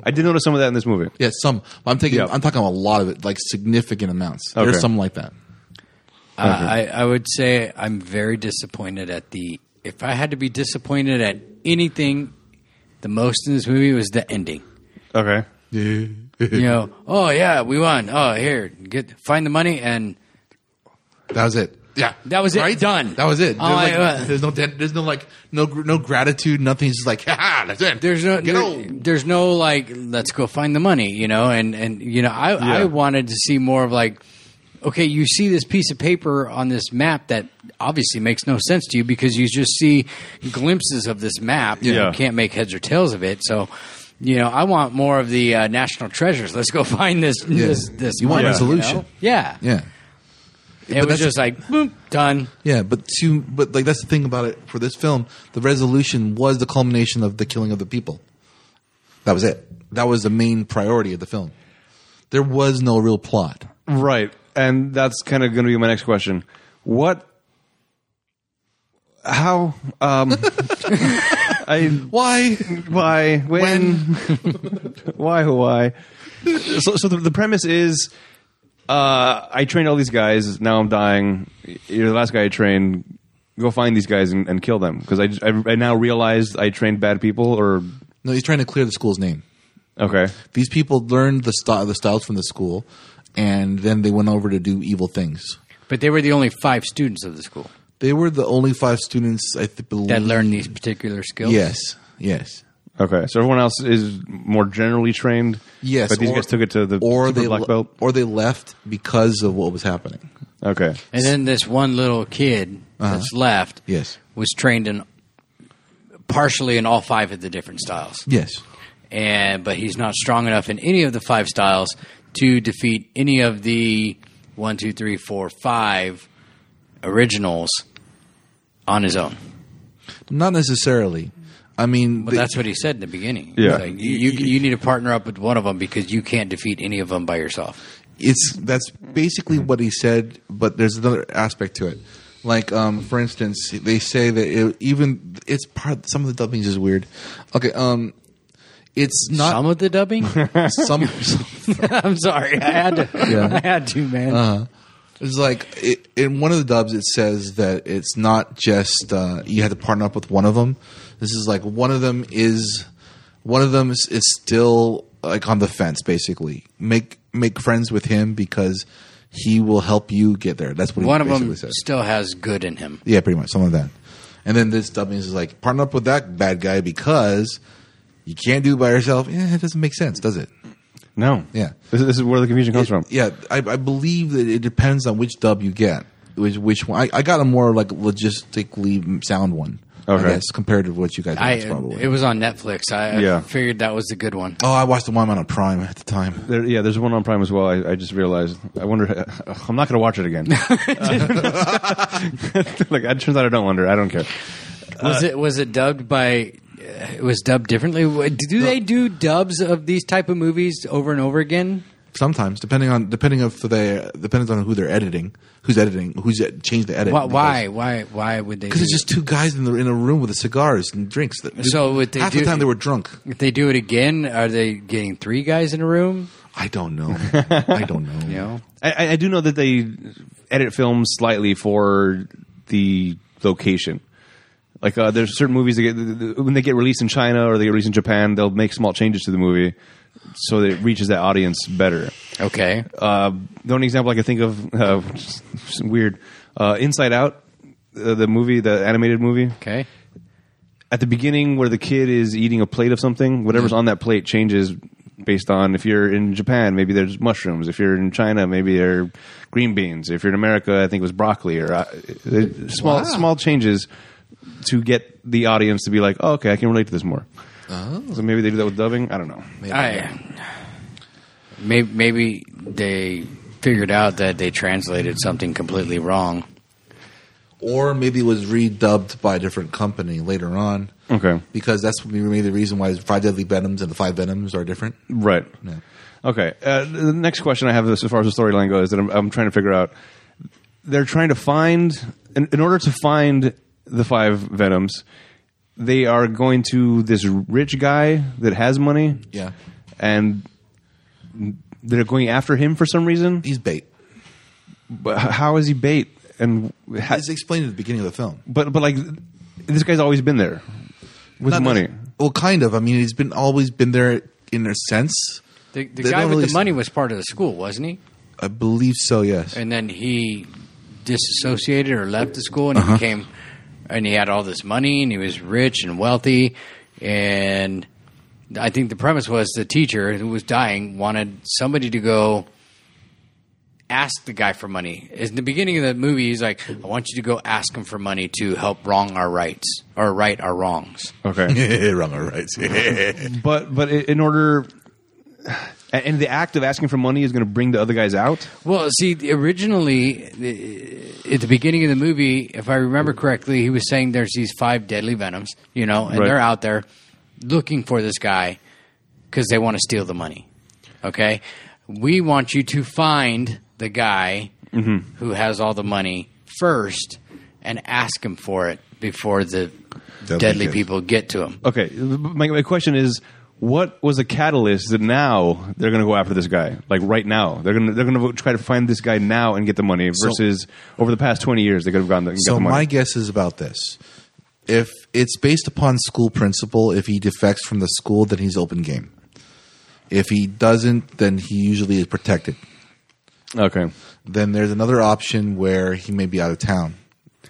Speaker 1: I did notice some of that in this movie.
Speaker 3: yeah, some. I'm taking,
Speaker 1: Yeah.
Speaker 3: I'm talking a lot of it, like significant amounts.
Speaker 1: Okay.
Speaker 3: There's some like that.
Speaker 2: Uh, I, I would say I'm very disappointed at the. If I had to be disappointed at anything, the most in this movie was the ending.
Speaker 1: Okay.
Speaker 2: You know, oh yeah, we won. Oh here, get find the money, and
Speaker 3: That was it. Yeah,
Speaker 2: That was it. Done.
Speaker 3: That was it.
Speaker 2: Oh, I-
Speaker 3: There's, like,
Speaker 2: uh,
Speaker 3: there's no, dead- there's no like, no, gr- no gratitude. Nothing. It's just like, ha ha. That's it.
Speaker 2: there's no
Speaker 3: get
Speaker 2: there-
Speaker 3: old.
Speaker 2: there's no like let's go find the money. You know, and and you know I I wanted to see more of like. Okay, you see this piece of paper on this map that obviously makes no sense to you because you just see glimpses of this map. You
Speaker 1: Yeah.
Speaker 2: know, can't make heads or tails of it. So, you know, I want more of the uh, national treasures. Let's go find this. This, this
Speaker 3: You want
Speaker 2: money,
Speaker 3: resolution.
Speaker 2: know? Yeah.
Speaker 3: Yeah.
Speaker 2: It was
Speaker 3: that's-
Speaker 2: just like boom, done.
Speaker 3: Yeah, but to but like that's the thing about it for this film, the resolution was the culmination of the killing of the people. That was it. That was the main priority of the film. There was no real plot.
Speaker 1: Right. And that's kind of going to be my next question. What? How? Um, I.
Speaker 3: Why?
Speaker 1: Why? When? why? oh, Why? So, so the, the premise is uh, I trained all these guys. Now I'm dying. You're the last guy I trained. Go find these guys and, and kill them because I, I, I now realized I trained bad people or
Speaker 3: No, he's trying to clear the school's name.
Speaker 1: Okay.
Speaker 3: These people learned the style, the styles from the school, and then they went over to do evil things.
Speaker 2: But they were the only five students of the school
Speaker 3: They were the only five students I th- believe
Speaker 2: that learned these particular skills.
Speaker 3: Mm. Yes, yes,
Speaker 1: Okay. So everyone else is more generally trained.
Speaker 3: yes.
Speaker 1: But these
Speaker 3: or-
Speaker 1: guys took it to the
Speaker 3: or
Speaker 1: super
Speaker 3: they
Speaker 1: black
Speaker 3: le-
Speaker 1: belt.
Speaker 3: or they left because of what was happening.
Speaker 1: Okay.
Speaker 2: And then this one little kid that's left
Speaker 3: Yes,
Speaker 2: was trained in partially in all five of the different styles.
Speaker 3: yes,
Speaker 2: and but he's not strong enough in any of the five styles to defeat any of the one, two, three, four, five originals on his own.
Speaker 3: not necessarily. I mean,
Speaker 2: But
Speaker 3: they-
Speaker 2: that's what he said in the beginning.
Speaker 1: Yeah.
Speaker 2: He's like, you, you you need to partner up with one of them because you can't defeat any of them by yourself.
Speaker 3: it's that's basically what he said, but there's another aspect to it. Like, um, for instance, they say that it, even it's part. Some of the dubbings is weird. Okay, um, it's not
Speaker 2: Some of the dubbing.
Speaker 3: some.
Speaker 2: I'm sorry, I had to.
Speaker 3: Yeah.
Speaker 2: I had to, man.
Speaker 3: It's like it, in one of the dubs, it says that it's not just uh, you had to partner up with one of them. This is like one of them is one of them is, is still like on the fence, basically. Make make friends with him because he will help you get there. That's what
Speaker 2: one
Speaker 3: he
Speaker 2: of
Speaker 3: basically
Speaker 2: them
Speaker 3: says.
Speaker 2: still has good in him.
Speaker 3: Yeah, pretty much something like that. And then this dubbing is like partner up with that bad guy because you can't do it by yourself. Yeah, it doesn't make sense, does it?
Speaker 1: No.
Speaker 3: Yeah.
Speaker 1: This, is- this is where the confusion comes from.
Speaker 3: Yeah, I, I believe that it depends on which dub you get, which which one. I, I got a more like logistically sound one,
Speaker 1: Okay.
Speaker 3: I guess, compared to what you guys
Speaker 2: I
Speaker 3: watched probably.
Speaker 2: it was on Netflix. I I
Speaker 1: Yeah.
Speaker 2: figured that was the good one.
Speaker 3: oh, I watched the one on Prime at the time.
Speaker 1: There, yeah, there's one on Prime as well. I, I just realized. I wonder. I'm not going to watch it again. like, it turns out I don't wonder. I don't care.
Speaker 3: Uh,
Speaker 2: Was it was it dubbed by? uh, It was dubbed differently. Wha- Do do they do dubs of these type of movies over and over again?
Speaker 3: Sometimes, depending on depending of they depends on who they're editing, who's editing, who's e- changed the edit.
Speaker 2: Why?
Speaker 3: because-
Speaker 2: Why? Why, why would they?
Speaker 3: Because
Speaker 2: do
Speaker 3: it's just two guys in the in a room with cigars and drinks. That,
Speaker 2: So what they
Speaker 3: half
Speaker 2: do-
Speaker 3: the time they were drunk.
Speaker 2: that? if they do it again, are they getting three guys in a room?
Speaker 3: I don't know. I don't know.
Speaker 2: You know,
Speaker 1: I- I, I do know that they edit films slightly for the location. Like uh, there's certain movies that get, th- th- when they get released in China or they get released in Japan, they'll make small changes to the movie so that it reaches that audience better.
Speaker 2: okay.
Speaker 1: Uh, the only example I can think of, uh, which is- which is weird, uh, Inside Out, uh, the movie, the animated movie.
Speaker 2: Okay.
Speaker 1: At the beginning, where the kid is eating a plate of something, whatever's on that plate changes based on if you're in Japan, maybe there's mushrooms. If you're in China, maybe they're green beans. If you're in America, I think it was broccoli or uh, uh, small small changes to get the audience to be like, oh, okay, I can relate to this more. So maybe they do that with dubbing. I don't know.
Speaker 2: I, maybe, maybe they figured out that they translated something completely wrong.
Speaker 3: or maybe it was redubbed by a different company later on.
Speaker 1: Okay.
Speaker 3: Because that's maybe the reason why Five Deadly Venoms and the Five Venoms are different.
Speaker 1: Right.
Speaker 3: Yeah.
Speaker 1: Okay. Uh, the next question I have, as far as the storyline goes, that I'm, I'm trying to figure out. They're trying to find, in, in order to find the five Venoms, they are going to this rich guy that has money,
Speaker 3: Yeah.
Speaker 1: and they're going after him for some reason.
Speaker 3: He's bait.
Speaker 1: But h- how is he bait? And ha-
Speaker 3: It's explained at the beginning of the film.
Speaker 1: but but like this guy's always been there with
Speaker 3: Not
Speaker 1: money.
Speaker 3: nec- well, kind of. I mean, he's been always been there in a sense.
Speaker 2: The, the
Speaker 3: They
Speaker 2: guy
Speaker 3: don't
Speaker 2: with
Speaker 3: really
Speaker 2: the
Speaker 3: s-
Speaker 2: money was part of the school, wasn't he?
Speaker 3: I believe so. Yes.
Speaker 2: and then he disassociated or left the school and he became and he had all this money and he was rich and wealthy and i think the premise was the teacher who was dying wanted somebody to go ask the guy for money in the beginning of the movie he's like i want you to go ask him for money to help wrong our rights or right our wrongs
Speaker 1: Okay.
Speaker 3: Wrong or right?
Speaker 1: But but i- in order, and- and the act of asking for money is going to bring the other guys out.
Speaker 2: Well, see, originally uh, at the beginning of the movie, if I remember correctly, he was saying there's these five deadly venoms, you know, and
Speaker 1: Right.
Speaker 2: they're out there looking for this guy because they want to steal the money. Okay, we want you to find the guy who has all the money first and ask him for it before the deadly,
Speaker 3: kids.
Speaker 2: people get to him.
Speaker 1: Okay, my, my question is, what was a catalyst that now they're going to go after this guy? Like right now, they're going to they're going to try to find this guy now and get the money. Versus over the past twenty years, they could have gone the, got
Speaker 3: so
Speaker 1: the
Speaker 3: my
Speaker 1: money.
Speaker 3: guess is about this. If it's based upon school principle, if he defects from the school, then he's open game. If he doesn't, then he usually is protected.
Speaker 1: Okay.
Speaker 3: Then there's another option where he may be out of town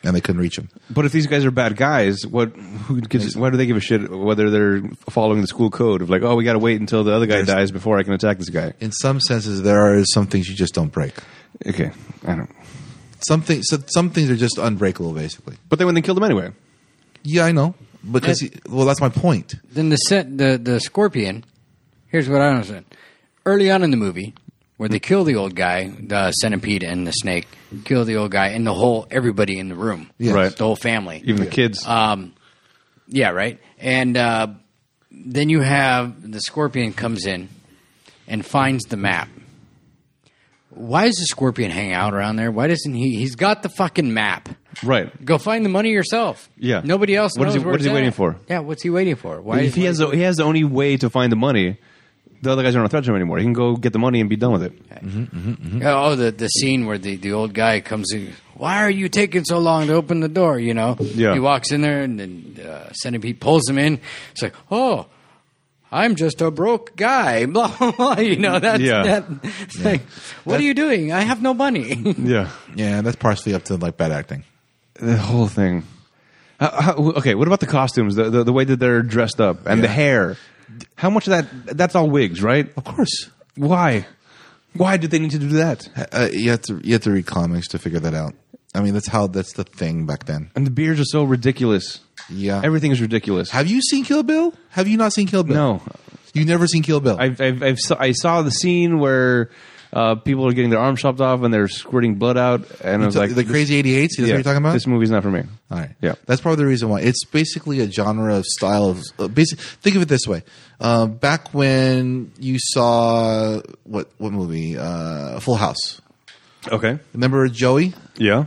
Speaker 3: and they couldn't reach him.
Speaker 1: But if these guys are bad guys, what who gives? Why do they give a shit whether they're following the school code of like, oh, we got to wait until the other guy
Speaker 3: There's-
Speaker 1: dies before I can attack this guy?
Speaker 3: In some senses, there are some things you just don't break.
Speaker 1: Okay, I don't.
Speaker 3: Some things, so, some things are just unbreakable, basically.
Speaker 1: But then when they killed him anyway,
Speaker 3: Yeah, I know. Because, he, well, that's my point.
Speaker 2: Then the set, the the scorpion. Here's what I don't understand. Early on in the movie, where they kill the old guy, the centipede and the snake kill the old guy and the whole everybody in the room,
Speaker 3: Yes.
Speaker 1: Right.
Speaker 2: The whole family,
Speaker 1: even the kids.
Speaker 2: yeah, right. And uh, then you have the scorpion comes in and finds the map. Why does the scorpion hang out around there? Why doesn't he? He's got the fucking map.
Speaker 1: right.
Speaker 2: Go find the money yourself.
Speaker 1: Yeah.
Speaker 2: Nobody else.
Speaker 1: What is
Speaker 2: knows
Speaker 1: he-
Speaker 2: where
Speaker 1: what is
Speaker 2: it's
Speaker 1: he waiting
Speaker 2: at.
Speaker 1: for?
Speaker 2: Yeah. What's he waiting for? Why?
Speaker 1: If he has the, he has the only way to find the money, the other guys aren't a threat to him anymore. He can go get the money and be done with it. Mm-hmm.
Speaker 2: Yeah, Oh, the the scene where the, the old guy comes in. Why are you taking so long to open the door? You know.
Speaker 1: Yeah.
Speaker 2: He walks in there and then uh, centipede pulls him in. It's like, oh, I'm just a broke guy. Blah blah. blah. You know that's
Speaker 1: Yeah.
Speaker 2: that. it's Like, what are you doing? I have no money.
Speaker 1: Yeah,
Speaker 3: Yeah, that's partially up to like bad acting.
Speaker 1: the whole thing. How- how- okay, what about the costumes? The, the the way that they're dressed up and the
Speaker 3: Yeah.
Speaker 1: hair. How much of that? That's all wigs, right?
Speaker 3: Of course,
Speaker 1: Why? Why did they need to do that?
Speaker 3: uh, you have to you have to read comics to figure that out. I mean, that's how that's the thing back then.
Speaker 1: And the beards are so ridiculous.
Speaker 3: Yeah.
Speaker 1: Everything is ridiculous.
Speaker 3: Have you seen Kill Bill? Have you not seen Kill Bill?
Speaker 1: No.
Speaker 3: you've never seen Kill Bill.
Speaker 1: I've, I've, I've saw, I saw the scene where uh, people are getting their arms chopped off and they're squirting blood out, and I was
Speaker 3: So
Speaker 1: like,
Speaker 3: the
Speaker 1: this-
Speaker 3: Crazy Eighty Eight. That's what
Speaker 1: yeah,
Speaker 3: you're talking about. Uh.
Speaker 1: This movie's not for me.
Speaker 3: All right.
Speaker 1: Yeah.
Speaker 3: That's probably the reason why. It's basically a genre of style of uh, basic. Think of it this way: uh, back when you saw what what movie? Uh, Full House.
Speaker 1: Okay.
Speaker 3: Remember Joey?
Speaker 1: Yeah.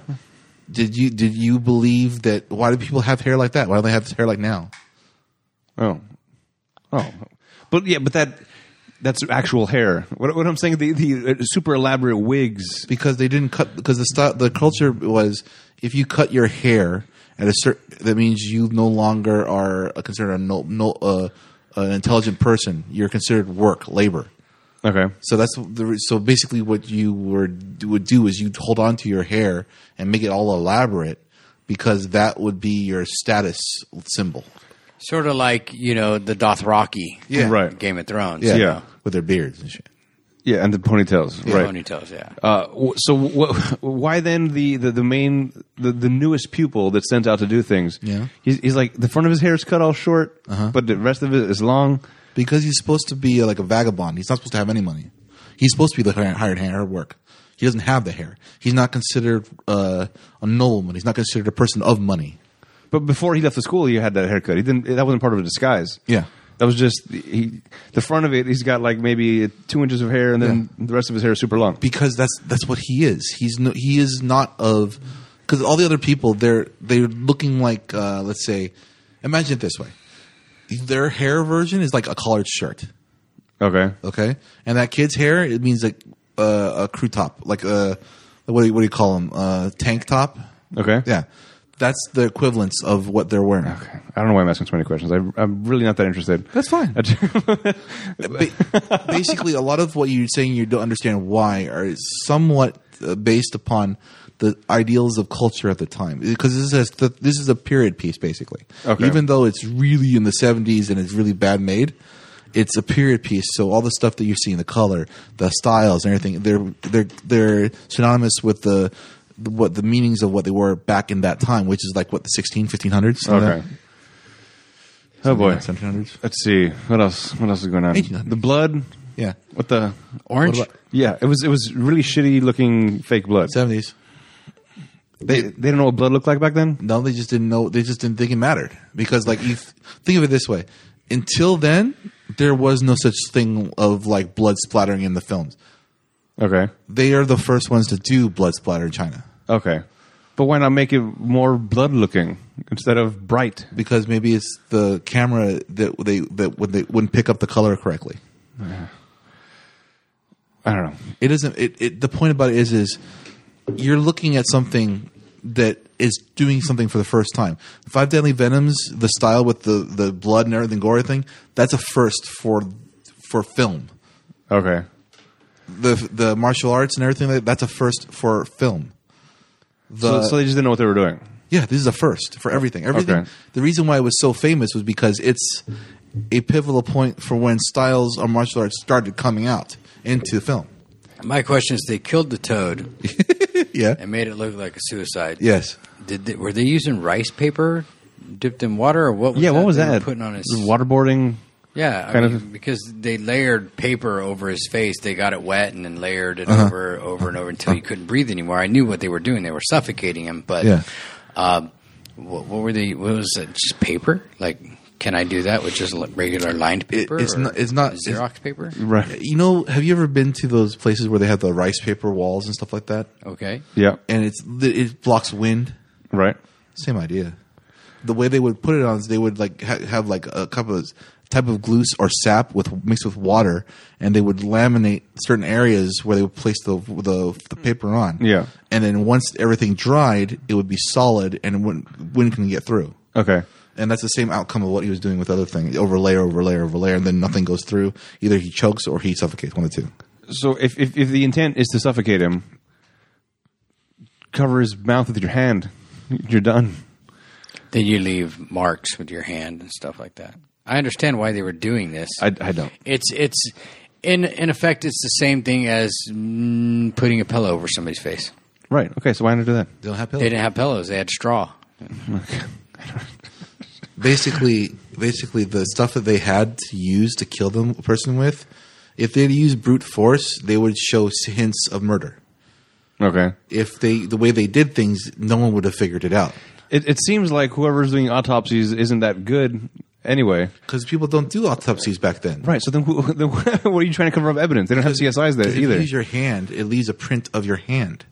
Speaker 3: Did you did you believe that? Why do people have hair like that? Why don't they have hair like now?
Speaker 1: Oh. Oh. But yeah, but that that's actual hair. What, what I'm saying, the the uh, super elaborate wigs.
Speaker 3: because they didn't cut because the style, the culture was if you cut your hair at a certain that means you no longer are considered a no, no uh, an intelligent person you're considered work labor
Speaker 1: Okay.
Speaker 3: so that's the re- so basically what you were would do is you'd hold on to your hair and make it all elaborate because that would be your status symbol
Speaker 2: sort of like you know the Dothraki.
Speaker 3: Yeah.
Speaker 1: Right.
Speaker 2: Game of Thrones.
Speaker 3: yeah,
Speaker 2: you
Speaker 1: Yeah.
Speaker 3: with their beards and shit
Speaker 1: Yeah, and the ponytails.
Speaker 2: know,
Speaker 1: Right.
Speaker 2: Ponytails. Yeah.
Speaker 1: Uh, w- so wh- why then the, the, the main the, the newest pupil that's sent out to do things?
Speaker 3: Yeah.
Speaker 1: he's, he's like the front of his hair is cut all short, but the rest of it is long.
Speaker 3: because he's supposed to be uh, like a vagabond. He's not supposed to have any money. He's supposed to be the hi- hired hand at work. He doesn't have the hair. He's not considered uh, a nobleman. He's not considered a person of money.
Speaker 1: But before he left the school, he had that haircut. He didn't. That wasn't part of a disguise.
Speaker 3: Yeah.
Speaker 1: that was just he. The front of it, he's got like maybe two inches of hair, and then the rest of his hair is super long.
Speaker 3: because that's that's what he is. He's no, he is not of because all the other people they're they're looking like uh, let's say imagine it this way, their hair version is like a collared shirt,
Speaker 1: Okay,
Speaker 3: okay, and that kid's hair it means like uh, a crew top, like a what do you, what do you call them, uh, tank top,
Speaker 1: okay,
Speaker 3: Yeah, that's the equivalence of what they're wearing.
Speaker 1: Okay. I don't know why I'm asking so many questions. I, I'm really not that interested.
Speaker 3: That's fine.
Speaker 1: I ju-
Speaker 3: Ba- basically, a lot of what you're saying you don't understand why are somewhat uh, based upon the ideals of culture at the time because this is a, this is a period piece basically.
Speaker 1: Okay.
Speaker 3: Even though it's really in the 70s and it's really bad made. It's a period piece, so all the stuff that you're seeing, the color, the styles, and everything—they're they're they're synonymous with the, the what the meanings of what they were back in that time, which is like what the 16, 1500s. something
Speaker 1: okay.
Speaker 3: like that.
Speaker 1: Oh boy.
Speaker 3: 1700s.
Speaker 1: Let's see what else. What else is going on?
Speaker 3: 1800s.
Speaker 1: The blood.
Speaker 3: Yeah,
Speaker 1: What the?
Speaker 2: Orange.
Speaker 3: what about-
Speaker 1: Yeah, it was it was really shitty looking fake blood.
Speaker 3: seventies.
Speaker 1: They they didn't know what blood looked like back then.
Speaker 3: No, they just didn't know. They just didn't think it mattered because, like, you th- think of it this way: until then, there was no such thing of like blood splattering in the films.
Speaker 1: Okay,
Speaker 3: They are the first ones to do blood splatter in China
Speaker 1: okay, but why not make it more blood looking instead of bright?
Speaker 3: because maybe it's the camera that they that would they wouldn't pick up the color correctly.
Speaker 1: I don't know.
Speaker 3: It isn't. It, it the point about it is is you're looking at something that is doing something for the first time. Five Deadly Venoms, the style with the the blood and everything, gore thing, that's a first for for film.
Speaker 1: Okay.
Speaker 3: The the martial arts and everything that that's a first for film.
Speaker 1: So,
Speaker 3: The,
Speaker 1: so they just didn't know what they were doing.
Speaker 3: yeah, this is a first for everything. Everything.
Speaker 1: Okay.
Speaker 3: The reason why it was so famous was because it's a pivotal point for when styles of martial arts started coming out into film.
Speaker 2: My question is: They killed the toad
Speaker 3: Yeah.
Speaker 2: and made it look like a suicide.
Speaker 3: Yes.
Speaker 2: Did they, were they using rice paper dipped in water, or what? Was
Speaker 1: yeah,
Speaker 2: that
Speaker 1: what was
Speaker 2: they were
Speaker 1: that?
Speaker 2: putting on his?
Speaker 1: waterboarding.
Speaker 2: Yeah, I
Speaker 1: kind
Speaker 2: mean,
Speaker 1: of-
Speaker 2: because they layered paper over his face. They got it wet and then layered
Speaker 3: Uh-huh.
Speaker 2: it over, over and over until he couldn't breathe anymore. I knew what they were doing. They were suffocating him. But
Speaker 3: Yeah.
Speaker 2: um, what, what were they? What was it? Just paper? Like, can I do that with just li- regular lined paper?
Speaker 3: it's
Speaker 2: or
Speaker 3: not- it's not-
Speaker 2: Xerox paper.
Speaker 1: Right.
Speaker 3: You know, have you ever been to those places where they have the rice paper walls and stuff like that?
Speaker 2: Okay.
Speaker 1: Yeah.
Speaker 3: And it's it blocks wind.
Speaker 1: Right.
Speaker 3: Same idea. The way they would put it on is they would like ha- have like a cup of type of glue or sap with mixed with water, and they would laminate certain areas where they would place the the, the paper on.
Speaker 1: Yeah.
Speaker 3: and then once everything dried, it would be solid and it wouldn't wind couldn't get through.
Speaker 1: Okay.
Speaker 3: And that's the same outcome of what he was doing with other things over layer, over layer, over layer, and then nothing goes through. Either he chokes or he suffocates. One of the two.
Speaker 1: So if, if if the intent is to suffocate him, cover his mouth with your hand. You're done.
Speaker 2: Then you leave marks with your hand and stuff like that. I understand why they were doing this.
Speaker 1: I, I don't.
Speaker 2: It's it's in in effect, it's the same thing as mm, putting a pillow over somebody's face.
Speaker 1: Right. Okay. So why not do that?
Speaker 3: They don't have
Speaker 2: They didn't have pillows; they had straw.
Speaker 3: basically basically the stuff that they had to use to kill them a person with if they had used brute force they would show s- hints of murder
Speaker 1: Okay.
Speaker 3: if they the way they did things no one would have figured it out
Speaker 1: It, it seems like whoever's doing autopsies isn't that good anyway.
Speaker 3: because people don't do autopsies back then
Speaker 1: Right. So then, who, then what are you trying to cover up evidence? They don't have CSIs there
Speaker 3: if you
Speaker 1: either.
Speaker 3: use your hand it leaves a print of your hand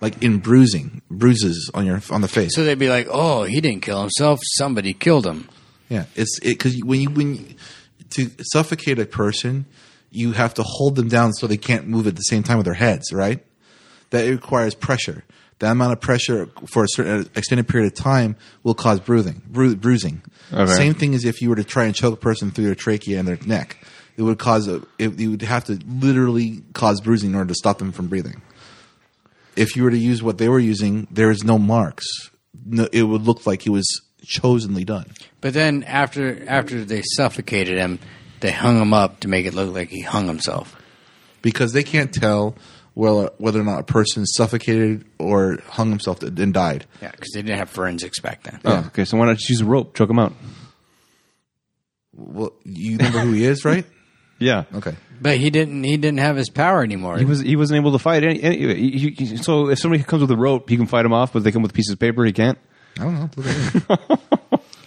Speaker 3: like in bruising bruises on your on the face
Speaker 2: So they'd be like, "Oh, he didn't kill himself; somebody killed him."
Speaker 3: Yeah, it's it because when you when you, to suffocate a person, you have to hold them down so they can't move at the same time with their heads, right? That it requires pressure. That amount of pressure for a certain extended period of time will cause bruising. Bru- bruising.
Speaker 1: Okay.
Speaker 3: Same thing as if you were to try and choke a person through their trachea and their neck. It would cause a. It, you would have to literally cause bruising in order to stop them from breathing. If you were to use what they were using, there is no marks. No, it would look like it was chosenly done.
Speaker 2: But then after after they suffocated him, they hung him up to make it look like he hung himself.
Speaker 3: because they can't tell well uh, whether or not a person suffocated or hung himself and died.
Speaker 2: Yeah, because they didn't have forensics back then.
Speaker 1: Oh, okay. So why not just use a rope, choke him out?
Speaker 3: Well, you remember who he is, right?
Speaker 1: Yeah.
Speaker 3: Okay.
Speaker 2: But he didn't he didn't have his power anymore.
Speaker 1: He was he wasn't able to fight. Any, any, he- he- so if somebody comes with a rope, he can fight him off. But if they come with pieces of paper, he can't.
Speaker 3: I don't know. Look at him.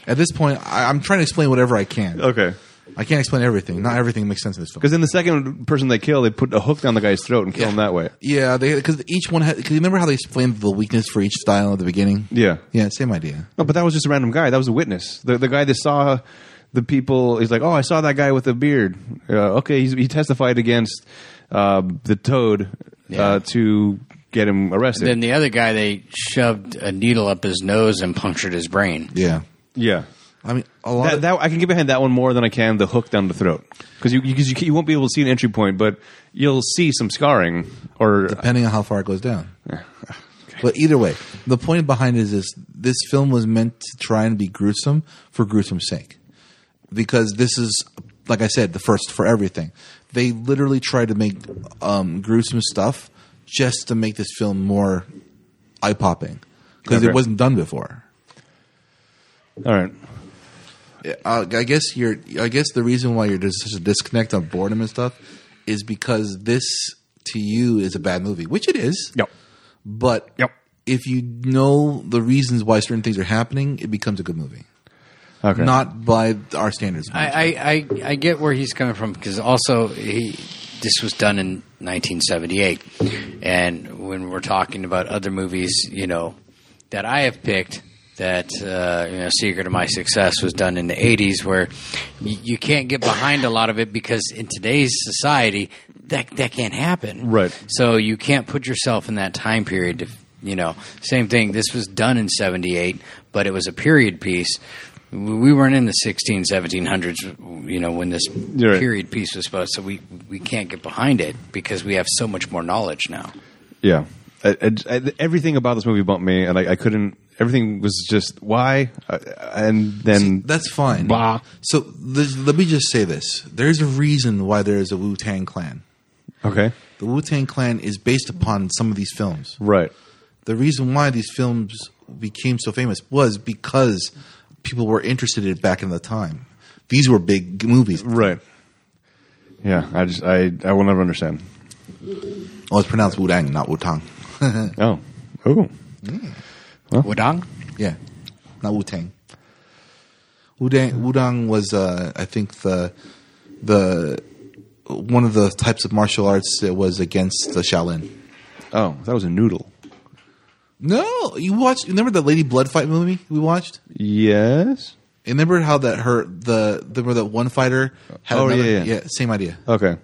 Speaker 3: At this point, I, I'm trying to explain whatever I can.
Speaker 1: Okay.
Speaker 3: I can't explain everything. Not everything makes sense in this film.
Speaker 1: Because then the second person they kill, they put a hook down the guy's throat and kill him that way.
Speaker 3: Yeah, because each one. Because you remember how they explained the weakness for each style at the beginning.
Speaker 1: Yeah.
Speaker 3: Yeah, same idea.
Speaker 1: No, but that was just a random guy. That was a witness. The the guy that saw the people. He's like, oh, I saw that guy with the beard. Uh, okay, he's, he testified against uh, the toad
Speaker 2: Yeah.
Speaker 1: uh, to get him arrested.
Speaker 2: then the other guy they shoved a needle up his nose and punctured his brain.
Speaker 3: Yeah.
Speaker 1: yeah.
Speaker 3: I mean, a lot.
Speaker 1: That,
Speaker 3: of,
Speaker 1: that I can get behind that one more than I can the hook down the throat because you because you, ca- you won't be able to see an entry point, but you'll see some scarring or
Speaker 3: depending on how far it goes down. But either way, the point behind it is this: this film was meant to try and be gruesome for gruesome's sake, because this is, like I said, the first for everything. They literally tried to make um, gruesome stuff just to make this film more eye popping, because
Speaker 1: Okay.
Speaker 3: it wasn't done before.
Speaker 1: all right.
Speaker 3: Uh, I guess you're. I guess the reason why you're there's such a disconnect on boredom and stuff is because this to you is a bad movie, which it is.
Speaker 1: Yep.
Speaker 3: But
Speaker 1: Yep.
Speaker 3: if you know the reasons why certain things are happening, it becomes a good movie.
Speaker 1: Okay.
Speaker 3: Not by our standards.
Speaker 2: I, I, I, I get where he's coming from because also he, this was done in 1978, and when we're talking about other movies, you know, that I have picked, that uh, you know, Secret of My Success was done in the 80s, where you, you can't get behind a lot of it because in today's society that that can't happen.
Speaker 1: Right.
Speaker 2: So you can't put yourself in that time period to, you know, same thing. This was done in 78, but it was a period piece. we weren't in the 16 1700s you know when this
Speaker 1: You're right.
Speaker 2: period piece was supposed so we we can't get behind it because we have so much more knowledge now
Speaker 1: Yeah. I, I- I- everything about this movie bumped me, and I, I couldn't. Everything was just why, Uh, and then
Speaker 3: That's fine.
Speaker 1: Bah.
Speaker 3: So there's- let me just say this: there's a reason why there is a Wu Tang Clan.
Speaker 1: okay,
Speaker 3: The Wu Tang Clan is based upon some of these films.
Speaker 1: right,
Speaker 3: The reason why these films became so famous was because people were interested in it back in the time. These were big movies.
Speaker 1: right. Yeah, I just I I will never understand.
Speaker 3: Oh, it's pronounced Wu Tang, not Wu Tang.
Speaker 1: Oh, oh,
Speaker 2: wudang
Speaker 3: Yeah, not Wu Tang. Wudang Wudang was, uh, I think, the the one of the types of martial arts that was against the Shaolin.
Speaker 1: oh, that was a noodle.
Speaker 3: No, you watched. Remember the Lady Blood fight movie we watched?
Speaker 1: Yes.
Speaker 3: And remember how that hurt the. Remember that one fighter had
Speaker 1: Oh,
Speaker 3: another.
Speaker 1: yeah, yeah.
Speaker 3: same idea.
Speaker 1: Okay.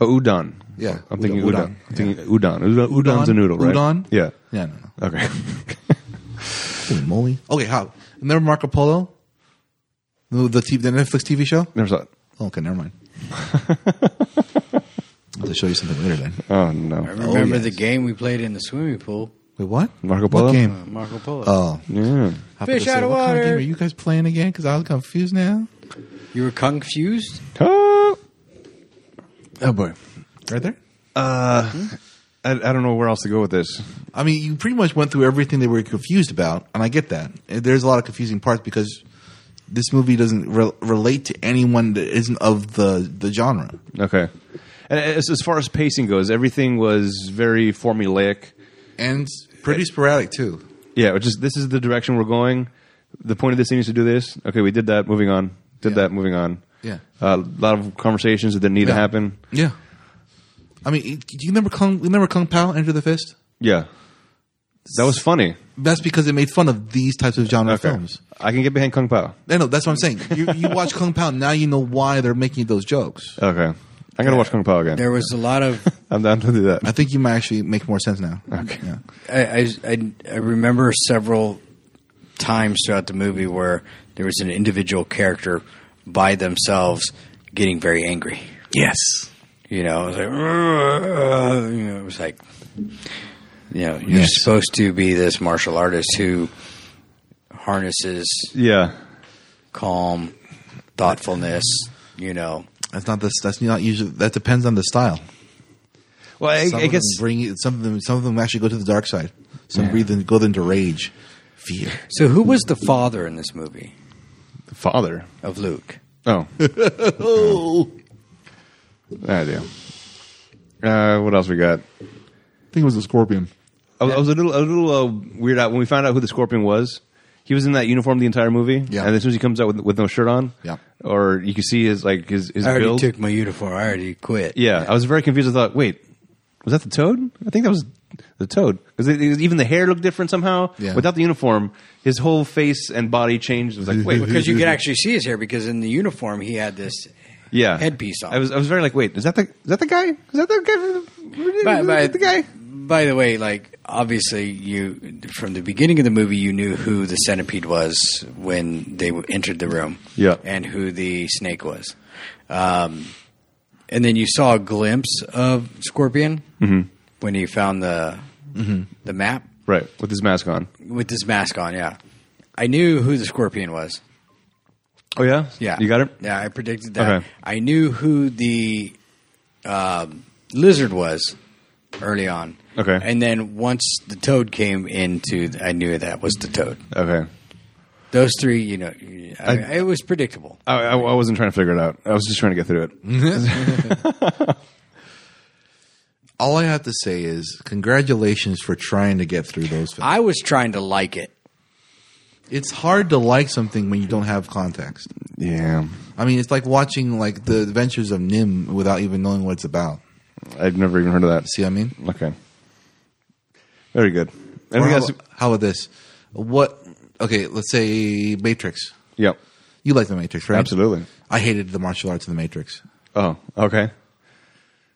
Speaker 1: Oh, udon.
Speaker 3: Yeah,
Speaker 1: I'm thinking
Speaker 3: udon,
Speaker 1: udon.
Speaker 3: udon.
Speaker 1: I'm thinking udon. udon. Udon's a noodle, right?
Speaker 3: Udon.
Speaker 1: Yeah.
Speaker 3: Yeah. No, no.
Speaker 1: Okay.
Speaker 3: Holy moly. Okay, how? Remember Marco Polo? The the, TV, the Netflix TV show.
Speaker 1: never saw it.
Speaker 3: Oh, okay, never mind. I'll have to show you something later then.
Speaker 1: Oh
Speaker 2: I
Speaker 1: no.
Speaker 2: remember
Speaker 3: yes.
Speaker 2: the game we played in the swimming pool
Speaker 3: Wait, what?
Speaker 1: Marco
Speaker 3: What
Speaker 1: Polo?
Speaker 2: uh,
Speaker 3: game?
Speaker 2: marco polo
Speaker 3: Oh,
Speaker 1: Yeah.
Speaker 3: I
Speaker 2: Fish
Speaker 3: was gonna
Speaker 2: out of
Speaker 3: what Kind of
Speaker 2: water.
Speaker 3: game are you guys playing again? Because I was confused now.
Speaker 2: you were confused
Speaker 1: Oh, oh boy.
Speaker 3: Right there.
Speaker 1: I, I don't know where else to go with this.
Speaker 3: I mean, you pretty much went through everything they were confused about, and I get that. Eh, There's a lot of confusing parts because this movie doesn't re- relate to anyone that isn't of the, the genre.
Speaker 1: Okay. And as, as far as pacing goes, everything was very formulaic.
Speaker 3: And pretty sporadic, too.
Speaker 1: Yeah, which is this is the direction we're going. The point of this scene is to do this. Okay, we did that. Moving on. Did
Speaker 3: Yeah.
Speaker 1: that. Moving on. Uh,
Speaker 3: Yeah.
Speaker 1: A lot of conversations that didn't need to
Speaker 3: Yeah.
Speaker 1: happen.
Speaker 3: Yeah. I mean, do you remember Kung, you remember Kung Pao, Enter the Fist?
Speaker 1: Yeah. That was funny.
Speaker 3: That's because it made fun of these types of genre
Speaker 1: Okay.
Speaker 3: films.
Speaker 1: I can get behind Kung Pao.
Speaker 3: I know, that's what I'm saying. You, you watch Kung Pao, now you know why they're making those jokes.
Speaker 1: Okay. I'm going to watch Kung Pao again.
Speaker 2: there was a lot of
Speaker 1: I'm down to do that.
Speaker 3: I think you might actually make more sense now. Okay. Yeah.
Speaker 2: I, I, I- I remember several times throughout the movie where there was an individual character by themselves getting very angry.
Speaker 3: Yes.
Speaker 2: You know, it was like, "Ugh," you know, it was like, you know, you're
Speaker 3: Yes.
Speaker 2: supposed to be this martial artist who harnesses
Speaker 1: Yeah.
Speaker 2: calm, thoughtfulness. You know,
Speaker 3: That's not this. That's not usually. That depends on the style.
Speaker 1: Well, I,
Speaker 3: Some
Speaker 1: I
Speaker 3: of
Speaker 1: guess.
Speaker 3: them bring some of them. Some of them actually go to the dark side. Some breathe and go into rage, fear.
Speaker 2: so who was the father in this movie
Speaker 1: Father.
Speaker 2: of Luke?
Speaker 1: Oh.
Speaker 3: Oh,
Speaker 1: I do. Uh, what else we got?
Speaker 3: I think it was a scorpion.
Speaker 1: I was, I was a little a little uh, weird out when we found out who the scorpion was. He was in that uniform the entire movie,
Speaker 3: Yeah.
Speaker 1: and as soon as he comes out with, with no shirt on,
Speaker 3: Yeah.
Speaker 1: or you can see his like his his
Speaker 2: I already
Speaker 1: build.
Speaker 2: took my uniform. I already quit.
Speaker 1: yeah, I was very confused. I thought, wait, was that the toad? I think that was the toad because even the hair looked different somehow.
Speaker 3: Yeah.
Speaker 1: Without the uniform, his whole face and body changed. It was like, wait,
Speaker 2: because you could actually see his hair because in the uniform he had this.
Speaker 1: yeah,
Speaker 2: headpiece on.
Speaker 1: I was I was very like, wait, is that the is that the guy? Is that the guy? From the, is
Speaker 2: By,
Speaker 1: that
Speaker 2: by-
Speaker 1: the guy?
Speaker 2: by the way, like obviously you from the beginning of the movie you knew who the centipede was when they w- entered the room.
Speaker 1: Yeah.
Speaker 2: and who the snake was. Um, and then you saw a glimpse of Scorpion
Speaker 1: Mm-hmm.
Speaker 2: when he found the the map
Speaker 1: Right, with his mask on.
Speaker 2: with his mask on. Yeah, I knew who the Scorpion was.
Speaker 1: Oh yeah,
Speaker 2: Yeah,
Speaker 1: You got it.
Speaker 2: Yeah, I predicted that.
Speaker 1: Okay.
Speaker 2: I knew who the um, lizard was early on.
Speaker 1: Okay.
Speaker 2: and then once the toad came into, I knew that was the toad.
Speaker 1: Okay.
Speaker 2: Those three, you know, I,
Speaker 1: I-
Speaker 2: it was predictable.
Speaker 1: I, I, I wasn't trying to figure it out. I was just trying to get through it.
Speaker 3: All I have to say is congratulations for trying to get through those. Films.
Speaker 2: I was trying to like it.
Speaker 3: It's hard to like something when you don't have context.
Speaker 1: Yeah,
Speaker 3: I mean, it's like watching like the Adventures of Nim without even knowing what it's about.
Speaker 1: I've never even heard of that.
Speaker 3: See what I mean?
Speaker 1: Okay, very good.
Speaker 3: Or
Speaker 1: Anything
Speaker 3: how,
Speaker 1: else?
Speaker 3: about, how about this? What? Okay, let's say Matrix.
Speaker 1: Yep,
Speaker 3: You like the Matrix, right?
Speaker 1: absolutely.
Speaker 3: I hated the martial arts in the Matrix.
Speaker 1: Oh, okay.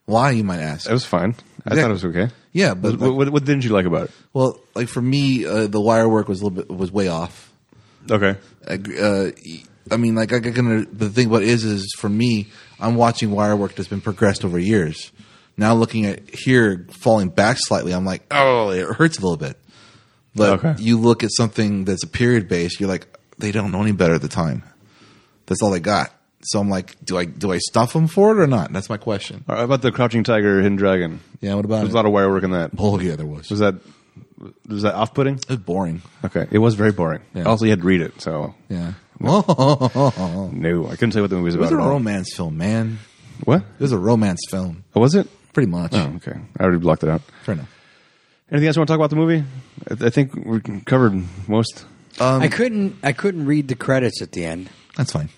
Speaker 3: Why you might ask?
Speaker 1: It was fine. I
Speaker 3: Yeah.
Speaker 1: thought it was okay.
Speaker 3: Yeah, but
Speaker 1: what, what, what didn't you like about it?
Speaker 3: Well, like for me, uh, the wire work was a little bit was way off.
Speaker 1: Okay.
Speaker 3: I, uh, I mean, like I can. The thing what is is for me, I'm watching wire work that's been progressed over years. Now looking at here falling back slightly, I'm like, oh, it hurts a little bit. But
Speaker 1: Okay.
Speaker 3: you look at something that's a period based, you're like, they don't know any better at the time. That's all they got. So I'm like, do I do I stuff them for it or not? That's my question.
Speaker 1: All right, how about the Crouching Tiger, Hidden Dragon?
Speaker 3: Yeah, what about
Speaker 1: There's
Speaker 3: it?
Speaker 1: a lot of wire work in that.
Speaker 3: oh yeah, there was. It
Speaker 1: Was that was that off putting?
Speaker 3: was boring.
Speaker 1: Okay, it was very boring.
Speaker 3: Yeah.
Speaker 1: Also, you had to read it, so
Speaker 3: Yeah. Oh,
Speaker 1: no, I couldn't tell you what the movie was
Speaker 3: it was
Speaker 1: about.
Speaker 3: a
Speaker 1: at all.
Speaker 3: romance film, man.
Speaker 1: What
Speaker 3: It was a romance film,
Speaker 1: Oh, was it?
Speaker 3: pretty much.
Speaker 1: Oh, okay. I already blocked it out.
Speaker 3: Fair enough.
Speaker 1: Anything else you want to talk about the movie? I, I think we covered most.
Speaker 2: I couldn't. I couldn't read the credits at the end.
Speaker 3: That's fine.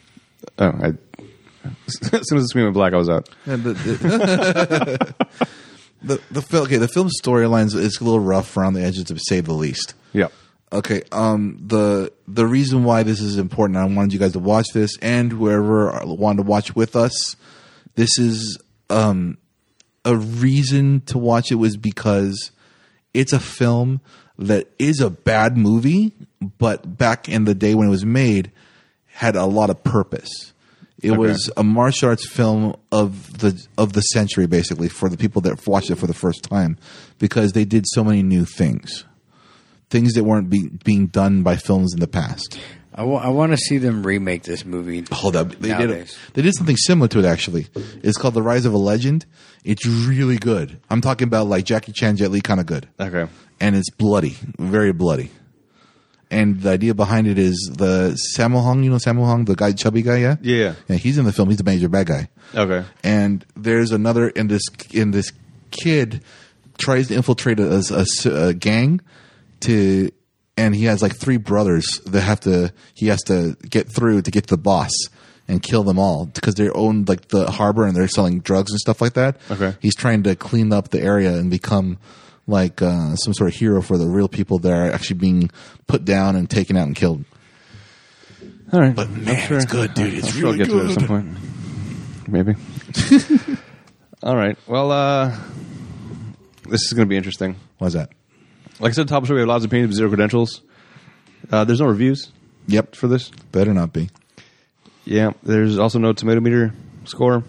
Speaker 1: Oh, I, as soon as the screen went black, I was out.
Speaker 3: Yeah, the, the, the, the film, okay, the film storylines is a little rough around the edges, to say the least.
Speaker 1: Yeah.
Speaker 3: Okay, um, the the reason why this is important, I wanted you guys to watch this, and whoever wanted to watch with us, this is um, a reason to watch it was because it's a film that is a bad movie, but back in the day when it was made, had a lot of purpose. It was a martial arts film of the of the century, basically, for the people that watched it for the first time, because they did so many new things things that weren't be, being done by films in the past.
Speaker 2: I want to see them remake this movie.
Speaker 3: Hold up, they
Speaker 2: Nowadays.
Speaker 3: did they did something similar to it actually. It's called The Rise of a Legend. It's really good. I'm talking about like Jackie Chan, Jet Li, kind of good,
Speaker 1: Okay.
Speaker 3: and it's bloody, very bloody. And the idea behind it is the Sammo Hung, you know Sammo Hung, the guy, chubby guy, yeah,
Speaker 1: Yeah.
Speaker 3: yeah. Oh, He's in the film. He's the major bad guy.
Speaker 1: Okay.
Speaker 3: and there's another in this in this kid tries to infiltrate a, a s- a gang to and he has like three brothers that have to he has to get through to get to the boss and kill them all because they own like the harbor and they're selling drugs and stuff like that
Speaker 1: Okay.
Speaker 3: he's trying to clean up the area and become like uh, some sort of hero for the real people that are actually being put down and taken out and killed
Speaker 1: All right.
Speaker 3: but man it's good dude it's
Speaker 1: I'm sure
Speaker 3: really
Speaker 1: I'll get
Speaker 3: good
Speaker 1: to it at some point. Maybe. All right. Well, uh, this is going to be interesting.
Speaker 3: what's that
Speaker 1: Like I said, top show, we have lots of opinions, but zero credentials. Uh, there's no reviews
Speaker 3: yep
Speaker 1: for this.
Speaker 3: better not be
Speaker 1: Yeah. There's also no tomato meter score.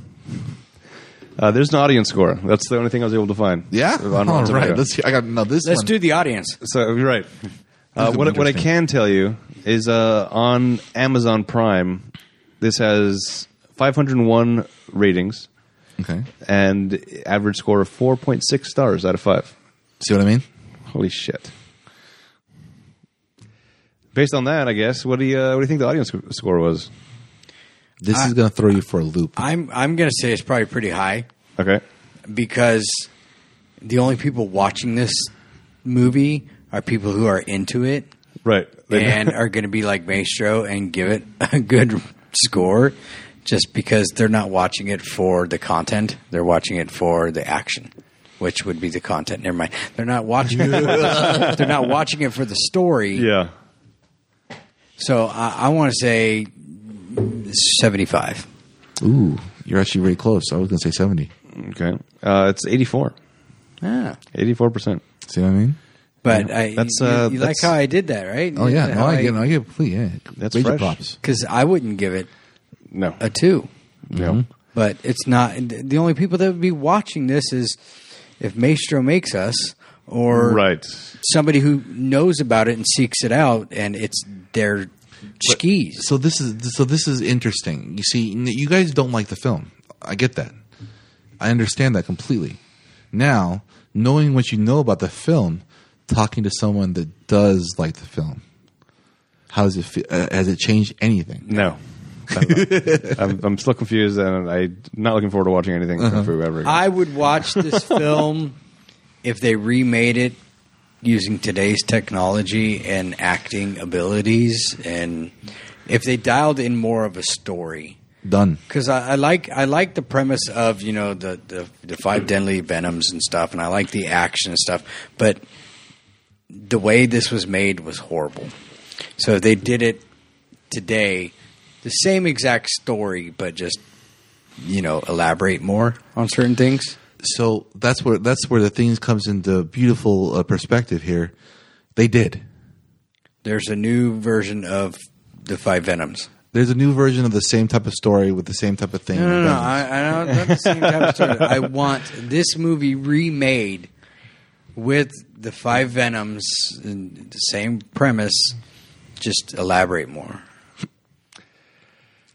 Speaker 1: Uh, there's an audience score. That's the only thing I was able to find.
Speaker 3: Yeah.
Speaker 1: On Rotten
Speaker 3: All right.
Speaker 1: Tomato.
Speaker 3: Let's. See. I got no. This.
Speaker 2: Let's
Speaker 3: one.
Speaker 2: do the audience.
Speaker 1: So you're right. Uh, what
Speaker 3: is
Speaker 1: what I
Speaker 3: interesting.
Speaker 1: can tell you is uh, on Amazon Prime, this has 501 ratings
Speaker 3: Okay.
Speaker 1: and average score of 4.6 stars out of five.
Speaker 3: See what I mean?
Speaker 1: Holy shit! Based on that, I guess what do you uh, what do you think the audience sc- score was?
Speaker 3: This is going to throw you for a loop.
Speaker 2: I'm. I'm going to say it's probably pretty high
Speaker 1: Okay,
Speaker 2: because the only people watching this movie are people who are into it
Speaker 1: right.
Speaker 2: and are going to be like Maestro and give it a good score. Just because they're not watching it for the content, they're watching it for the action, which would be the content. Never mind. They're not watching. It for, they're not watching it for the story.
Speaker 1: yeah.
Speaker 2: So I, I want to say seventy-five.
Speaker 3: Ooh, you're actually very close. I was going to say seventy.
Speaker 1: Okay, uh, it's 84,
Speaker 2: Ah.
Speaker 1: 84 percent.
Speaker 3: See what I mean?
Speaker 2: But I,
Speaker 1: That's,
Speaker 2: you-
Speaker 1: uh,
Speaker 2: you, like
Speaker 1: that's-
Speaker 2: how I did that, right?
Speaker 3: Oh yeah. No,
Speaker 2: How
Speaker 3: I get. No, I get. Please, yeah.
Speaker 1: That's
Speaker 3: Major
Speaker 1: fresh.
Speaker 3: props.
Speaker 2: Because I wouldn't give it
Speaker 1: No,
Speaker 2: a two.
Speaker 1: no.
Speaker 2: But it's not. The only people that would be watching this is if Maestro makes us or
Speaker 1: Right.
Speaker 2: somebody who knows about it and seeks it out, and it's their skis.
Speaker 3: So this is. So this is interesting. You see, n- you guys don't like the film. I get that. I understand that completely. Now, knowing what you know about the film, talking to someone that does like the film, how does it feel? Uh, has it changed anything?
Speaker 1: No. I'm, I'm still confused, and I'm not looking forward to watching anything from Foo ever again.
Speaker 2: I would watch this film if they remade it using today's technology and acting abilities, and if they dialed in more of a story.
Speaker 3: Done.
Speaker 2: Because I, I like I like the premise of you know the, the the five deadly venoms and stuff, and I like the action and stuff, but the way this was made was horrible. So if they did it today, the same exact story, but just you know elaborate more on certain things.
Speaker 3: so that's where that's where the things comes into beautiful uh, perspective here. They did.
Speaker 2: There's a new version of the Five Venoms.
Speaker 3: There's a new version of the same type of story with the same type of thing.
Speaker 2: No, no, no. I, I don't not the same type of story. I want this movie remade with the Five Venoms and the same premise. Just elaborate more.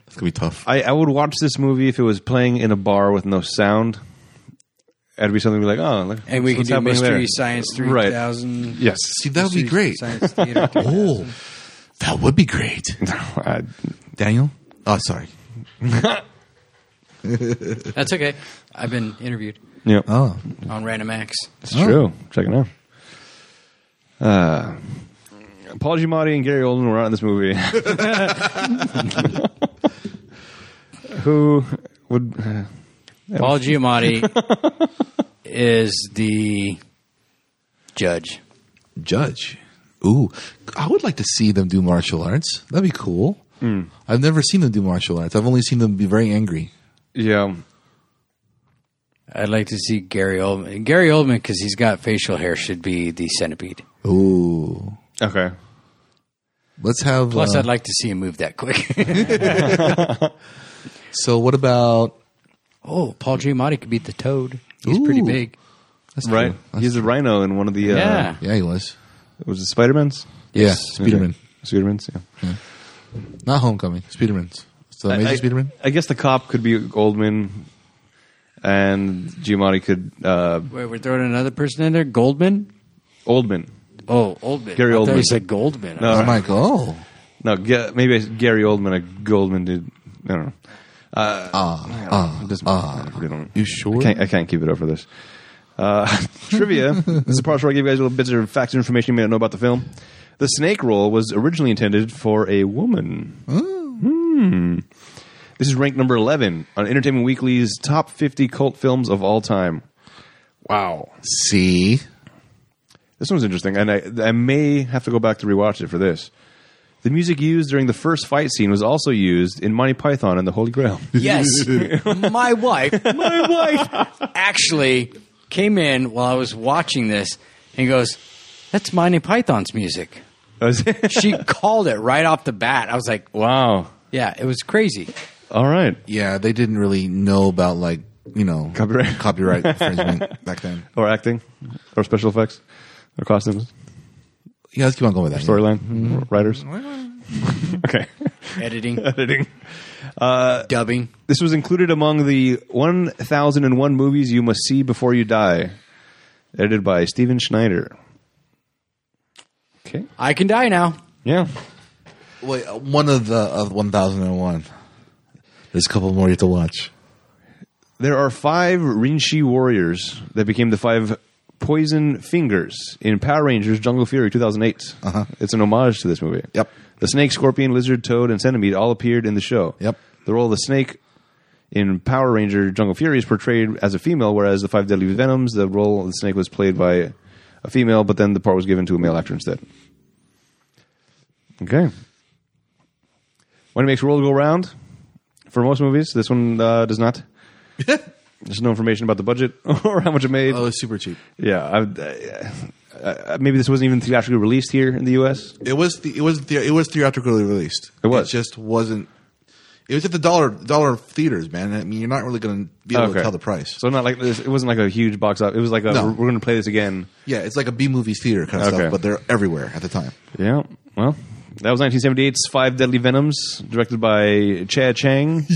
Speaker 3: It's gonna be tough.
Speaker 1: I, I would watch this movie if it was playing in a bar with no sound. That'd be something like, oh, look,
Speaker 2: And we
Speaker 1: what's
Speaker 2: can do
Speaker 1: happening
Speaker 2: Mystery
Speaker 1: there?
Speaker 2: Science
Speaker 1: Right.
Speaker 2: 3000.
Speaker 1: Yes.
Speaker 3: See, that would be
Speaker 2: Mystery
Speaker 3: great.
Speaker 2: Science Theater 3000.
Speaker 3: Oh, that would be great.
Speaker 1: I-
Speaker 3: Daniel? Oh, sorry.
Speaker 2: That's okay. I've been interviewed
Speaker 1: yeah,
Speaker 3: Oh,
Speaker 2: on Random Acts.
Speaker 1: it's true. Check it out. Uh, Paul Giamatti and Gary Oldman were out in this movie. Who would? Uh,
Speaker 2: Paul Giamatti is the judge.
Speaker 3: judge. Ooh, I would like to see them do martial arts. That'd be cool.
Speaker 1: Hmm.
Speaker 3: I've never seen them do martial arts. I've only seen them be very angry.
Speaker 1: yeah,
Speaker 2: I'd like to see Gary Oldman. Gary Oldman, because he's got facial hair, should be the centipede.
Speaker 3: Ooh,
Speaker 1: okay.
Speaker 3: let's have.
Speaker 2: Plus,
Speaker 3: uh,
Speaker 2: I'd like to see him move that quick.
Speaker 3: so, what about?
Speaker 2: oh, Paul Giamatti could beat the toad. He's pretty
Speaker 3: Ooh.
Speaker 2: big.
Speaker 3: That's
Speaker 1: Right,
Speaker 3: true. That's-
Speaker 1: he's a rhino in one of the. Uh,
Speaker 2: Yeah.
Speaker 3: yeah, he was.
Speaker 1: was it Spider-Man's?
Speaker 3: Yeah,
Speaker 1: Okay.
Speaker 3: Speederman.
Speaker 1: Spiderman's, yeah.
Speaker 3: Not Homecoming. Speederman's. So, Major
Speaker 1: I,
Speaker 3: Speederman.
Speaker 1: I guess the cop could be Goldman, and Giamatti could uh,
Speaker 2: Wait, we're throwing another person in there? Goldman?
Speaker 1: Oldman.
Speaker 2: Oh, Oldman.
Speaker 1: Gary
Speaker 2: I thought you
Speaker 1: Oldman.
Speaker 2: said Goldman.
Speaker 1: No.
Speaker 3: I'm like, oh,
Speaker 1: No, Ga- maybe it's Gary Oldman. A Goldman did. I don't know.
Speaker 3: ah,
Speaker 1: It
Speaker 3: ah.
Speaker 1: doesn't-
Speaker 3: Ah.
Speaker 1: I really don't know.
Speaker 3: You sure?
Speaker 1: I can't, I can't keep it up for this. Uh, trivia. this is the part where I give you guys little bits of facts and information you may not know about the film. The snake role was originally intended for a woman. Hmm. This is ranked number 11 on Entertainment Weekly's top 50 cult films of all time. Wow.
Speaker 3: See,
Speaker 1: This one's interesting, and I, I may have to go back to rewatch it for this. The music used during the first fight scene was also used in Monty Python and the Holy Grail.
Speaker 2: Yes. my wife, my wife actually came in while I was watching this and goes, That's Monty Python's music. She called it right off the bat. I was like,
Speaker 1: wow.
Speaker 2: Yeah, it was crazy.
Speaker 1: All right.
Speaker 3: yeah, they didn't really know about like you know
Speaker 1: Copyright.
Speaker 3: copyright infringement back then.
Speaker 1: Or acting, or special effects, or costumes,
Speaker 3: Yeah, let's keep on going with that.
Speaker 1: storyline, writers. okay.
Speaker 2: Editing,
Speaker 1: Editing.
Speaker 2: dubbing.
Speaker 1: This was included among the 1001 movies you must see before you die, edited by Steven Schneider. Okay.
Speaker 2: I can die now.
Speaker 1: Yeah.
Speaker 3: Wait, uh, one of the of one thousand and one. There's a couple more you have to watch.
Speaker 1: There are five Rinshi warriors that became the five Poison Fingers in Power Rangers Jungle Fury 2008. It's an homage to this movie.
Speaker 3: Uh-huh. Yep.
Speaker 1: The snake, scorpion, lizard, toad, and centipede all appeared in the show.
Speaker 3: Yep.
Speaker 1: The role of the snake in Power Ranger Jungle Fury is portrayed as a female, whereas the five deadly venoms, the role of the snake was played by a female, but then the part was given to a male actor instead. Okay. When it makes world go round, for most movies, this one uh, does not. There's no information about the budget or how much it made.
Speaker 3: Oh, it's super cheap.
Speaker 1: Yeah, I, would- uh, uh, maybe this wasn't even theatrically released here in the U.S.
Speaker 3: It was the, it was the, it was theatrically released.
Speaker 1: It was.
Speaker 3: just wasn't. It was at the dollar dollar theaters, man. I mean, you're not really going to be able to tell the price.
Speaker 1: So not like this. It wasn't like a huge box up. It was like a,
Speaker 3: No.
Speaker 1: we're, going to play this again.
Speaker 3: yeah, it's like a B movies theater kind of
Speaker 1: Okay.
Speaker 3: stuff, but they're everywhere at the time.
Speaker 1: Yeah. Well, that was 1978's Five Deadly Venoms, directed by Chad Chang.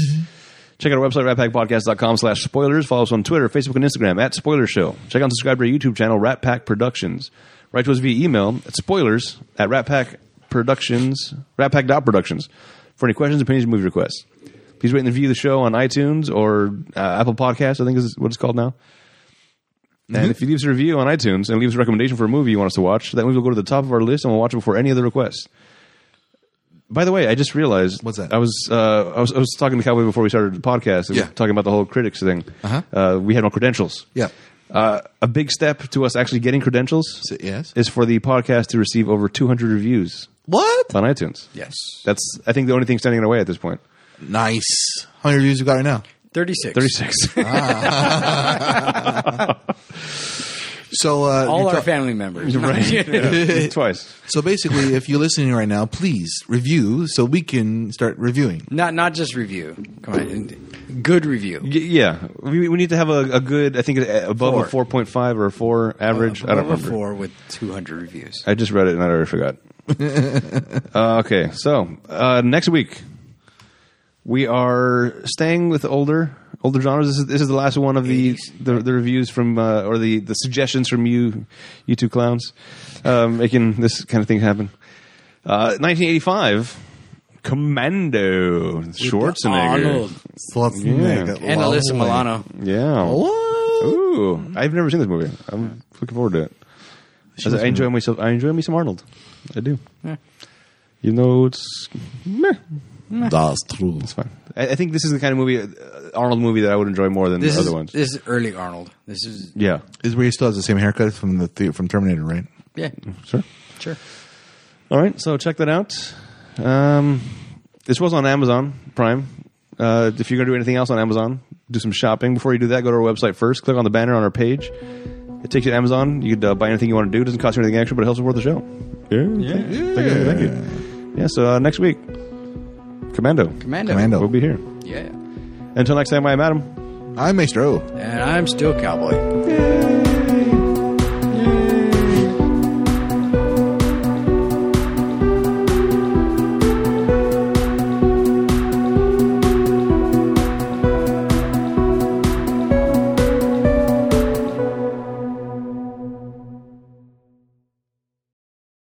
Speaker 1: Check out our website, ratpackpodcast.com slash spoilers. Follow us on Twitter, Facebook, and Instagram at Spoiler Show. Check out and subscribe to our YouTube channel, Rat Pack Productions. Write to us via email at spoilers at ratpackproductions, ratpack.productions for any questions, opinions, and movie requests. Please rate and review the show on iTunes or uh, Apple Podcasts, I think is what it's called now.
Speaker 3: Mm-hmm.
Speaker 1: And if you leave us a review on iTunes and leave us a recommendation for a movie you want us to watch, that movie will go to the top of our list and we'll watch it before any other requests. By the way, I just realized
Speaker 3: What's that?
Speaker 1: I was uh, I was I was talking to Cowboy before we started the podcast. and
Speaker 3: Yeah.
Speaker 1: talking about the whole critics thing.
Speaker 3: Uh-huh.
Speaker 1: Uh, we had no credentials.
Speaker 3: Yeah.
Speaker 1: Uh, a big step to us actually getting credentials
Speaker 3: So- yes.
Speaker 1: is for the podcast to receive over 200 reviews
Speaker 3: What?
Speaker 1: on iTunes.
Speaker 2: Yes.
Speaker 1: That's I think the only thing standing in our way at this point.
Speaker 3: Nice. How many reviews you got Ah. right now?
Speaker 2: 36.
Speaker 1: 36.
Speaker 3: So uh,
Speaker 2: All
Speaker 3: you're
Speaker 2: our
Speaker 3: ta-
Speaker 2: family members.
Speaker 1: right? Twice.
Speaker 3: So basically, if you're listening right now, please review so we can start reviewing.
Speaker 2: Not not just review. Come on, good review.
Speaker 1: Y- yeah, we, we need to have a, a good. I think a- above a
Speaker 2: Four.
Speaker 1: four point five or a four average.
Speaker 3: Uh,
Speaker 1: I don't
Speaker 2: Number
Speaker 1: remember.
Speaker 2: four with two hundred reviews.
Speaker 1: I just read it and I already forgot. uh, okay, so uh, next week we are staying with older older genres. This is, this is the last one of the,
Speaker 2: Eighties.
Speaker 1: the the reviews from uh, or the the suggestions from you you two clowns um, making this kind of thing happen. Uh, 1985, Commando Schwarzenegger.
Speaker 2: Arnold
Speaker 1: Schwarzenegger.
Speaker 2: and Alyssa Milano.
Speaker 1: Yeah.
Speaker 2: Oh.
Speaker 3: What?
Speaker 1: Ooh, I've never seen this movie. I'm looking forward to it. I, said, I enjoy myself. I enjoy me some Arnold. I do. You know, it's meh,
Speaker 3: That's true.
Speaker 1: it's fine. I, I think this is the kind of movie, uh, Arnold movie, that I would enjoy more than
Speaker 2: This
Speaker 1: the
Speaker 2: is
Speaker 1: other ones.
Speaker 2: this is early Arnold. This is
Speaker 1: yeah,
Speaker 3: Is where he still has the same haircut from the, the from Terminator, right?
Speaker 2: yeah,
Speaker 1: sure.
Speaker 2: sure.
Speaker 1: All right, so check that out. Um, this was on Amazon Prime. Uh, if you're going to do anything else on Amazon, do some shopping. Before you do that, go to our website first. Click on the banner on our page. It takes you to Amazon. You could uh, buy anything you want to do. It doesn't cost you anything extra, but it helps support the show. Yeah. Thank, thank you. Thank you. Yeah, so uh, next week, Commando.
Speaker 2: Commando.
Speaker 3: Commando.
Speaker 1: We'll be here.
Speaker 2: Yeah,
Speaker 1: Until next time, I am Adam.
Speaker 3: I'm Maestro.
Speaker 2: and I'm still cowboy.
Speaker 1: Yeah.